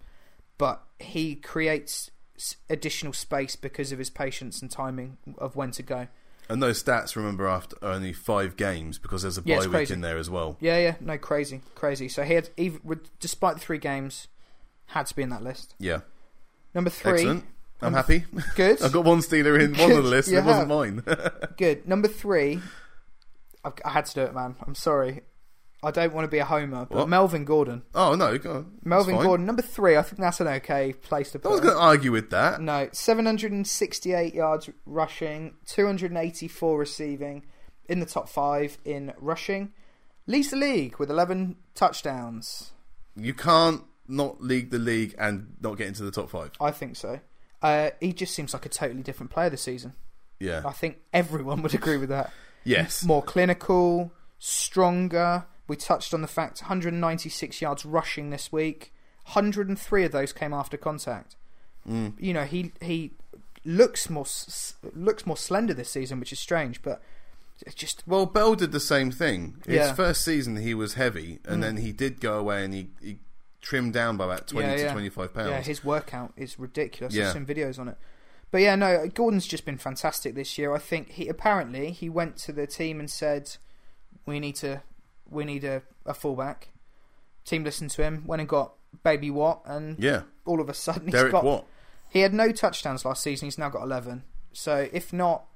B: But he creates s- additional space because of his patience and timing of when to go.
A: And those stats, remember, after only five games because there's a
B: Yeah,
A: bye
B: it's
A: week
B: crazy.
A: in there as well.
B: Yeah, yeah, no, crazy, crazy. So he had, even with, despite the three games, had to be in that list.
A: Yeah.
B: Number three, Um,
A: Excellent. I'm
B: Number-
A: happy. (laughs)
B: good,
A: I've got one Steeler in one of the lists, and
B: You
A: it wasn't mine. (laughs)
B: good. Number three, I, I had to do it, man. I'm sorry, I don't want to be a homer, but
A: What?
B: Melvin Gordon,
A: oh, no. Go on. That's
B: Melvin
A: fine.
B: Gordon, number three. I think that's an okay place to
A: I
B: put.
A: was
B: him.
A: going to argue with that.
B: No, 768 yards rushing, 284 receiving, in the top five in rushing. Leads the league with 11 touchdowns.
A: You can't not league the league and not get into the top five.
B: I think so. Uh, he just seems like a totally different player this season.
A: Yeah.
B: I think everyone would agree with that.
A: Yes.
B: More clinical, stronger. We touched on the fact 196 yards rushing this week. 103 of those came after contact.
A: Mm.
B: You know, he he looks more s- s- looks more slender this season, which is strange, but it's just
A: Well, Bell did the same thing. His
B: Yeah.
A: first season, he was heavy, and
B: Mm.
A: then he did go away and he, he trimmed down by about 20
B: Yeah,
A: to
B: yeah.
A: 25
B: yeah,
A: pounds.
B: his workout is ridiculous.
A: Yeah.
B: I've seen videos on it. But yeah, no, Gordon's just been fantastic this year. I think he apparently he went to the team and said, "We need to, we need a, a fullback." Team listened to him, went and got Baby Watt, and
A: Yeah.
B: all of a sudden he's
A: Derek
B: got.
A: Watt.
B: He had no touchdowns last season. He's now got eleven. So if not,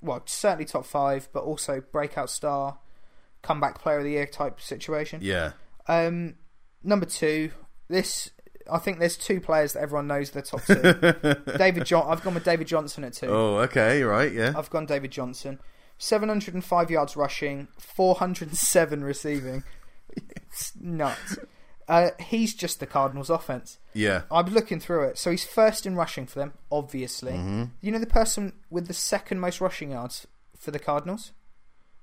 B: well, certainly top five, but also breakout star, comeback player of the year type situation.
A: Yeah.
B: Um, number two, this I think there's two players that everyone knows they're top two. David John, I've gone with David Johnson at two.
A: Oh, okay. Right. Yeah.
B: I've gone David Johnson, 705 yards rushing, 407 receiving. It's nuts. Uh, he's just the Cardinals' offense.
A: Yeah.
B: I'm looking through it. So he's first in rushing for them, obviously. You know the person with the second most rushing yards for the Cardinals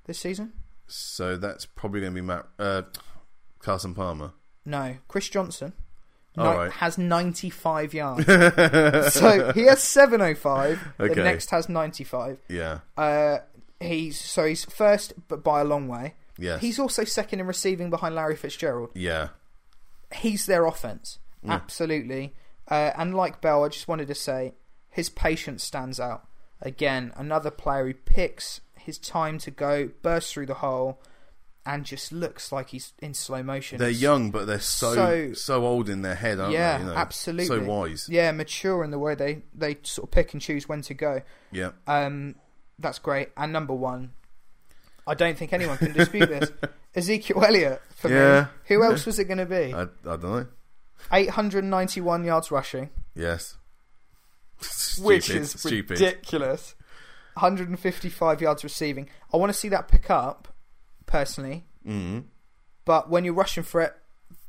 B: this season?
A: So that's probably going to be Matt uh, Carson Palmer.
B: No, Chris Johnson
A: All
B: ni-
A: right.
B: has
A: (laughs)
B: 95 yards. so he has 705.
A: Okay.
B: The next has 95.
A: Yeah.
B: Uh, he's so he's first, but by a long way.
A: Yes.
B: He's also second in receiving behind Larry Fitzgerald.
A: yeah.
B: He's their offense,
A: Mm.
B: absolutely. Uh, and like Bell, I just wanted to say his patience stands out. Again, another player who picks his time to go, bursts through the hole, and just looks like he's in slow motion.
A: They're
B: It's-
A: young, but they're so so,
B: so-
A: old in their head, aren't
B: Yeah,
A: they? You know,
B: absolutely.
A: So wise.
B: Yeah, mature in the way they, they sort of pick and choose when to go.
A: Yeah.
B: Um, that's great. And number one, I don't think anyone can
A: (laughs)
B: dispute this. Ezekiel Elliott for
A: Yeah.
B: me. Who else was it going to be?
A: I, I don't know.
B: 891 yards rushing,
A: Yes. stupid,
B: which is
A: stupid.
B: ridiculous. 155 yards receiving. I want to see that pick up personally,
A: Mhm.
B: but when you're rushing for it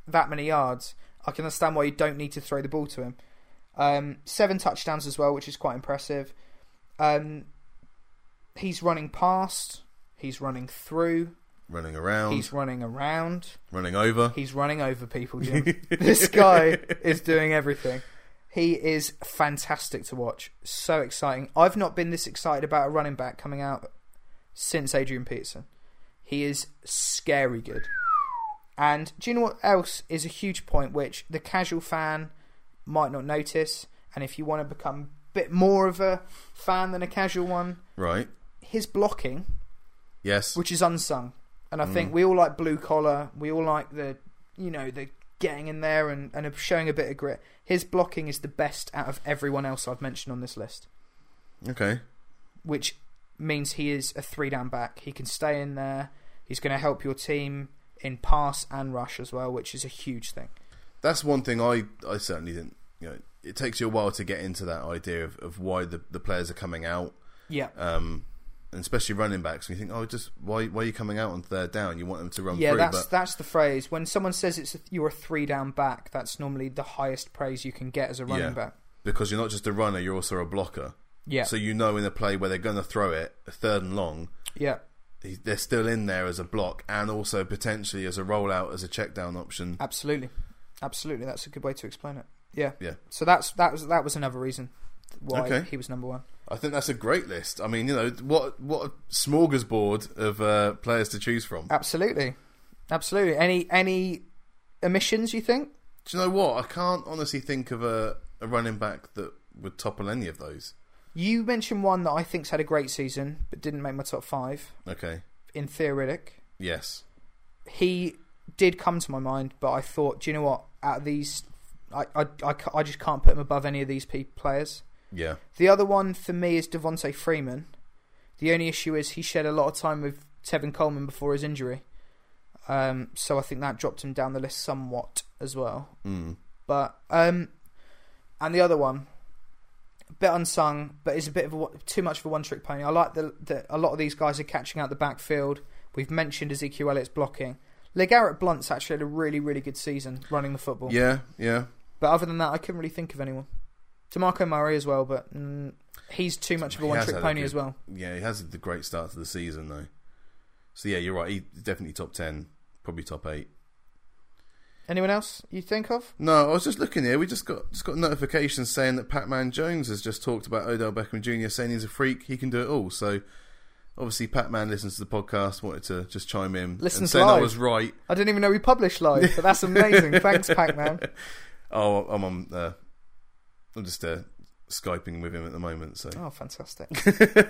B: that many yards, I can understand why you don't need to throw the ball to him. Um, seven touchdowns as well, which is quite impressive. Um, he's running past, he's running through,
A: Running around,
B: He's running around.
A: running over.
B: He's running over people, Jim. this guy is doing everything. He is fantastic to watch. So exciting. I've not been this excited about a running back coming out since Adrian Peterson. He is scary good. And do you know what else is a huge point which the casual fan might not notice? And if you want to become a bit more of a fan than a casual one,
A: Right.
B: his blocking
A: Yes.
B: which is unsung. And I
A: Mm.
B: think we all like blue collar. We all like the, you know, the getting in there and, and showing a bit of grit. His blocking is the best out of everyone else I've mentioned on this list,
A: Okay.
B: which means he is a three down back. He can stay in there. He's going to help your team in pass and rush as well, which is a huge thing.
A: That's one thing I, I certainly didn't. You know, it takes you a while to get into that idea of, of why the, the players are coming out,
B: Yeah.
A: um, and especially running backs. And you think, oh, just why why are you coming out on third down? You want them to run
B: Yeah,
A: through,
B: that's
A: but
B: that's the phrase. When someone says it's a, you're a three down back, that's normally the highest praise you can get as a running
A: Yeah.
B: back.
A: because you're not just a runner, you're also a blocker.
B: Yeah.
A: So you know in a play where they're going to throw it third and long,
B: yeah.
A: he- they're still in there as a block and also potentially as a rollout as a check down option.
B: Absolutely. Absolutely. That's a good way to explain it. Yeah.
A: Yeah.
B: So that's that was that was another reason why
A: Okay.
B: he was number one.
A: I think that's a great list. I mean, you know, what what a smorgasbord of uh, players to choose from.
B: Absolutely. Absolutely. Any any omissions you think?
A: Do you know what? I can't honestly think of a, a running back that would topple any of those.
B: You mentioned one that I think's had a great season but didn't make my top five
A: Okay.
B: in theoretic.
A: Yes.
B: he did come to my mind, but I thought, do you know what? Out of these, I, I, I, ca- I just can't put him above any of these pe- players.
A: Yeah.
B: The other one for me is Devonte Freeman. The only issue is he shared a lot of time with Tevin Coleman before his injury, um, so I think that dropped him down the list somewhat as well.
A: Mm.
B: But um, and the other one, a bit unsung, but is a bit of a, wa- too much of a one-trick pony. I like that that a lot of these guys are catching out the backfield. We've mentioned Ezekiel Elliott's blocking. Legarrette Blunt's actually had a really, really good season running the football.
A: Yeah. Yeah.
B: But other than that, I couldn't really think of anyone. Demarco Murray as well, but mm, he's too much of a
A: He has
B: one-trick
A: had a
B: pony
A: good-
B: as well.
A: Yeah. He has the great start to the season though. So yeah, you're right. He's definitely top ten, probably top eight.
B: Anyone else you think of?
A: No, I was just looking here. We just got just got notifications saying that Pac-Man Jones has just talked about Odell Beckham Jr. saying he's a freak. He can do it all. So obviously, Pac-Man listens to the podcast. Wanted to just chime in and
B: Listens
A: saying I
B: live.
A: was right.
B: I didn't even know we published live, but
A: (laughs)
B: that's amazing. Thanks, Pac-Man.
A: Oh, I'm on. Uh, I'm just uh, skyping with him at the moment. So
B: Oh, fantastic.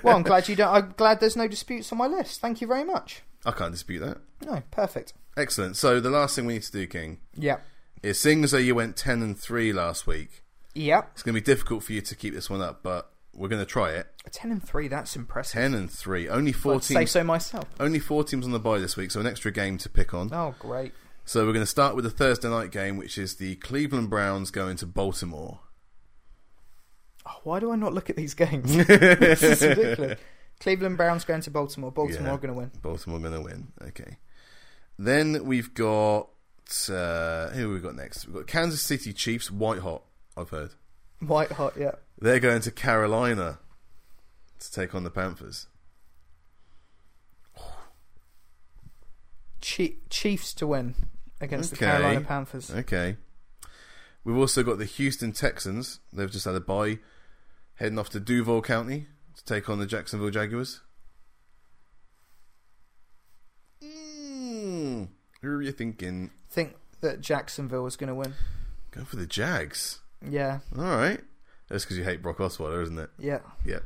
B: well, I'm glad you don't. I'm glad there's no disputes on my list. Thank you very much.
A: I can't dispute that.
B: No, perfect.
A: Excellent. So the last thing we need to do, King,
B: Yeah.
A: is seeing as though you went ten and three last week,
B: Yeah.
A: it's going to be difficult for you to keep this one up, but we're going to try it.
B: Ten and three, that's impressive.
A: Ten and three, only
B: I'd
A: fourteen.
B: say so myself.
A: Only four teams on the bye this week, so an extra game to pick on.
B: Oh, great.
A: So we're going to start with the Thursday night game, which is the Cleveland Browns going to Baltimore.
B: Oh, why do I not look at these games? (laughs) this
A: (laughs)
B: is ridiculous. Cleveland Browns going to Baltimore. Baltimore
A: Yeah.
B: are going to win.
A: Baltimore going to win. Okay. Then we've got uh, who have we got next? We've got Kansas City Chiefs, white hot. I've heard
B: White hot, yeah.
A: they're going to Carolina to take on the Panthers.
B: Chi Chiefs to win against
A: Okay.
B: the Carolina Panthers.
A: Okay. We've also got the Houston Texans. They've just had a bye, heading off to Duval County to take on the Jacksonville Jaguars. Mm, who are you thinking?
B: Think that Jacksonville is going to win.
A: Go for the Jags.
B: Yeah,
A: All right. That's because you hate Brock Osweiler, isn't it?
B: yeah.
A: Yeah.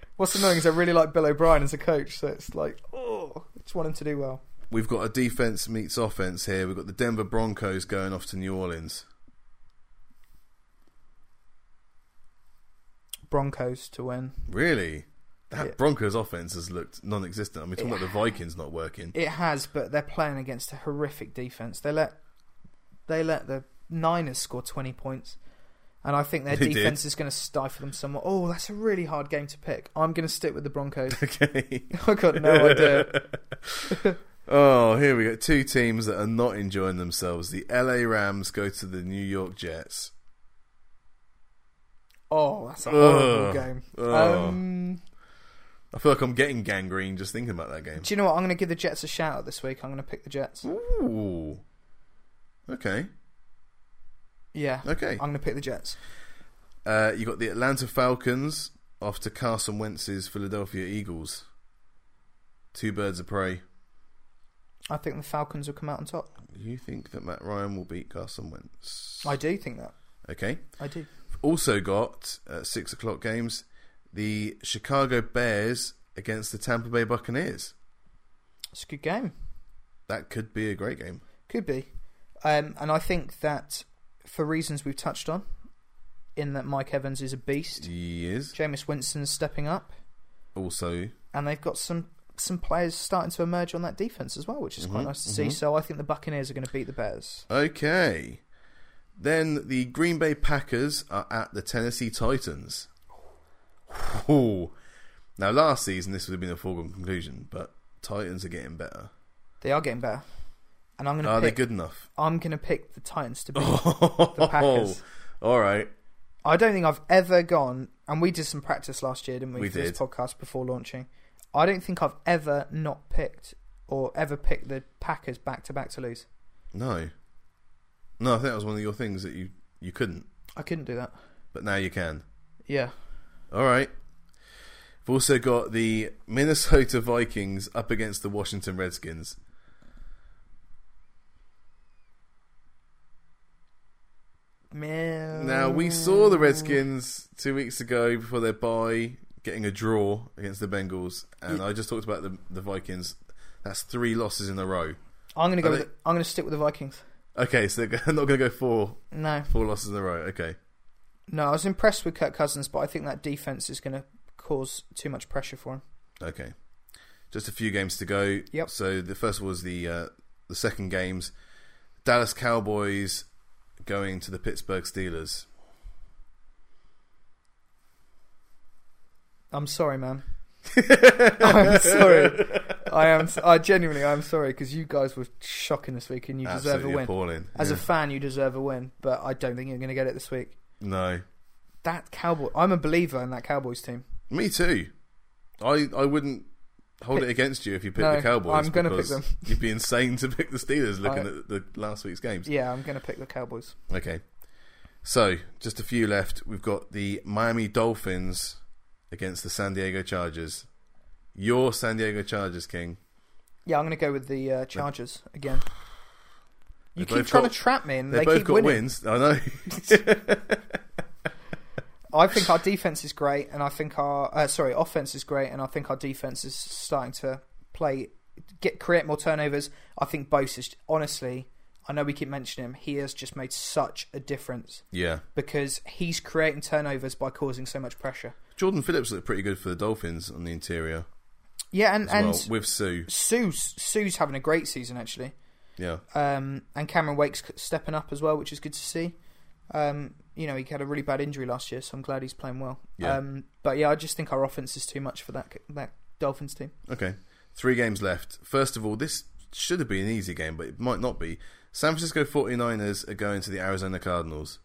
B: (laughs) What's annoying is I really like Bill O'Brien as a coach, so it's like, oh, I just want him to do well.
A: We've got a defense meets offense here. We've got the Denver Broncos going off to New Orleans.
B: Broncos to win.
A: Really? That
B: Yeah.
A: Broncos offense has looked non existent. I mean, talking about the Vikings not working.
B: It has, but they're playing against a horrific defense. They let they let the Niners score twenty points, and I think their
A: They did.
B: defense is going to stifle them somewhat. Oh, that's a really hard game to pick. I'm going to stick with the Broncos.
A: (laughs)
B: (laughs)
A: Okay.
B: I got no idea.
A: Oh, here we go. Two teams that are not enjoying themselves. The LA Rams go to the New York Jets.
B: Oh, that's a horrible
A: Ugh.
B: game.
A: Ugh.
B: Um,
A: Oh. I feel like I'm getting gangrene just thinking about that game.
B: do you know what? I'm going to give the Jets a shout out this week. I'm going to pick the Jets.
A: Ooh. Okay.
B: Yeah,
A: Okay.
B: I'm going to pick the Jets.
A: Uh, you got the Atlanta Falcons off to Carson Wentz's Philadelphia Eagles. Two birds of prey.
B: I think the Falcons will come out on top.
A: You think that Matt Ryan will beat Carson Wentz?
B: I do think that.
A: Okay.
B: I do.
A: Also got uh, six o'clock games. The Chicago Bears against the Tampa Bay Buccaneers.
B: It's a good game.
A: That could be a great game.
B: Could be. Um, and I think that for reasons we've touched on, in that Mike Evans is a beast,
A: He is.
B: Jameis Winston's stepping up,
A: Also,
B: and they've got some some players starting to emerge on that defense as well, which is
A: Mm-hmm.
B: quite nice to see. So I think the Buccaneers are going to beat the Bears.
A: okay. Then the Green Bay Packers are at the Tennessee Titans. Ooh. Now, last season, this would have been a foregone conclusion, but Titans are getting better.
B: They are getting better, and I'm going to
A: Are they
B: pick.
A: good enough?
B: I'm going to pick the
A: Oh.
B: Titans to beat.
A: the
B: Packers.
A: (laughs) All right.
B: I don't think I've ever gone. and we did some practice last year, didn't we?
A: We
B: for
A: did.
B: this podcast before launching. I don't think I've ever not picked or ever picked the Packers back to back to lose.
A: No. No, I think that was one of your things that you, you couldn't,
B: I couldn't do that.
A: but now you can.
B: Yeah.
A: All right. We've also got the Minnesota Vikings up against the Washington Redskins. Now, we saw the Redskins two weeks ago before their bye getting a draw against the Bengals, and I just talked about the, the Vikings. That's three losses in a row.
B: I'm gonna go.
A: Are
B: With
A: they-
B: the, I'm gonna stick with the Vikings.
A: Okay, so they're not going to go (laughs) four
B: No,
A: four losses in a row. Okay.
B: no. I was impressed with Kirk Cousins, but I think that defense is gonna cause too much pressure for him.
A: Okay, just a few games to go.
B: Yep.
A: So the first was the uh, the second games, Dallas Cowboys going to the Pittsburgh Steelers.
B: I'm sorry,
A: (laughs)
B: man. I'm sorry. I am. I genuinely, I'm sorry because you guys were shocking this week, and you deserve a
A: Absolutely
B: win.
A: appalling.
B: As
A: Yeah.
B: a fan, you deserve a win, but I don't think you're going to get it this week.
A: no,
B: That Cowboy, I'm a believer in that Cowboys team.
A: me too. I I wouldn't hold
B: Pick-
A: it against you if you picked
B: No,
A: the Cowboys.
B: I'm gonna pick
A: because
B: them.
A: You'd be insane to pick the Steelers looking
B: I-
A: at the last week's games.
B: Yeah, I'm going to pick the Cowboys.
A: Okay. So, just a few left. We've got the Miami Dolphins against the San Diego Chargers. Your San Diego Chargers, King.
B: Yeah, I'm going to go with the uh, Chargers again. You
A: They've
B: keep
A: both
B: trying
A: got-
B: to trap me, and
A: They
B: they
A: both
B: keep
A: got
B: winning.
A: wins. I know. (laughs)
B: I think our defense is great, and I think our uh, sorry offense is great, and I think our defense is starting to play get create more turnovers. I think Bose is honestly, I know we keep mentioning him. He has just made such a difference
A: yeah.
B: because he's creating turnovers by causing so much pressure.
A: Jordan Phillips looked pretty good for the Dolphins on the interior
B: Yeah, and
A: as
B: and
A: well, with Sue.
B: Sue's Sue's having a great season actually,
A: Yeah.
B: um, and Cameron Wake's stepping up as well, which is good to see. Um, you know, he had a really bad injury last year, so I'm glad he's playing well.
A: Yeah.
B: Um, but yeah, I just think our offense is too much for that that Dolphins team.
A: Okay. Three games left. First of all, this should have been an easy game, but it might not be. San Francisco 49ers are going to the Arizona Cardinals.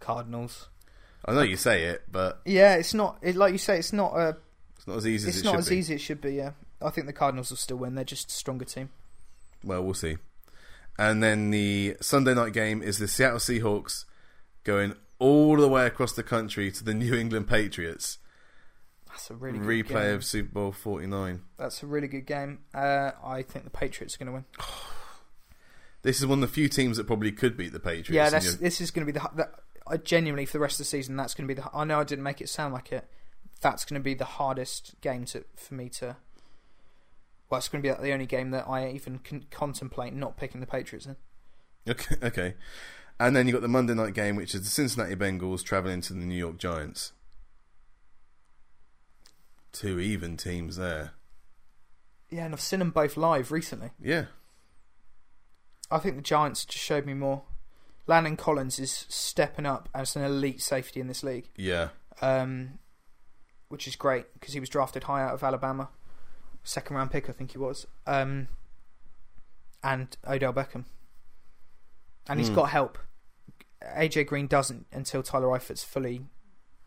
B: Cardinals.
A: I know you say it, but
B: Yeah, it's not it, like you say. It's not a.
A: it's not as easy as
B: It's
A: it
B: not
A: should
B: as
A: be.
B: easy as it should be. Yeah, I think the Cardinals will still win. They're just a stronger team.
A: Well, we'll see. And then the Sunday night game is the Seattle Seahawks going all the way across the country to the New England Patriots.
B: That's a really good
A: Replay
B: game.
A: of Super Bowl 49.
B: That's a really good game. Uh, I think the Patriots are going to win.
A: This is one of the few teams that probably could beat the Patriots.
B: yeah,
A: and
B: that's
A: you're-
B: this is going to be the. hi- That, I genuinely for the rest of the season, that's going to be the. I know I didn't make it sound like it. That's going to be the hardest game to for me to. Well, it's going to be the only game that I even can contemplate not picking the Patriots in.
A: (laughs) okay, okay. And then you've got the Monday night game, which is the Cincinnati Bengals traveling to the New York Giants. Two even teams there.
B: Yeah, and I've seen them both live recently.
A: Yeah.
B: I think the Giants just showed me more. Landon Collins is stepping up as an elite safety in this league,
A: Yeah.
B: um, which is great because he was drafted high out of Alabama, second round pick I think he was, um, and Odell Beckham, and he's
A: Hmm.
B: got help. AJ Green doesn't until Tyler Eifert's fully,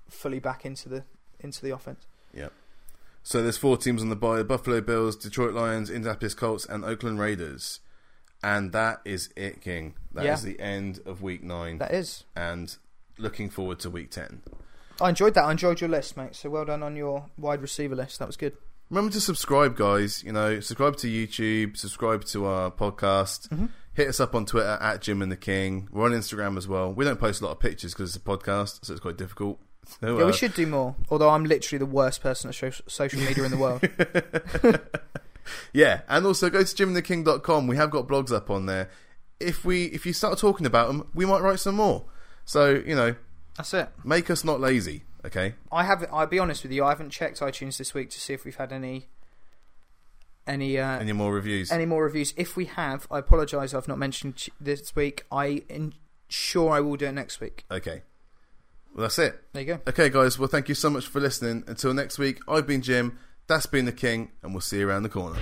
B: fully back into the into the offense.
A: So there's four teams on the bye: the Buffalo Bills, Detroit Lions, Indianapolis Colts, and Oakland Raiders. And that is it, King. That is
B: Yeah.
A: the end of Week Nine,
B: That is.
A: and looking forward to Week Ten.
B: I enjoyed that. I enjoyed your list, mate. So well done on your wide receiver list. That was good.
A: Remember to subscribe, guys. You know, subscribe to YouTube, subscribe to our podcast.
B: Mm-hmm.
A: Hit us up on Twitter at Jim and the King. We're on Instagram as well. We don't post a lot of pictures because it's a podcast, so it's quite difficult. (laughs) So,
B: Yeah,
A: uh,
B: we should do more. Although I'm literally the worst person at sho- social media in the world.
A: Yeah, and also go to jimandtheking.com. We have got blogs up on there. If we if you start talking about them, we might write some more. So you know,
B: That's it.
A: make us not lazy. Okay.
B: I haven't. I'll be honest with you. I haven't checked iTunes this week to see if we've had any, any, uh, any,
A: Any more reviews?
B: more reviews. If we have, I apologise. I've not mentioned ch- this week. I in- sure I will do it next week.
A: okay. Well, that's it.
B: There you go.
A: Okay, guys. Well, thank you so much for listening. Until next week, I've been Jim. That's been the King, and we'll see you around the corner.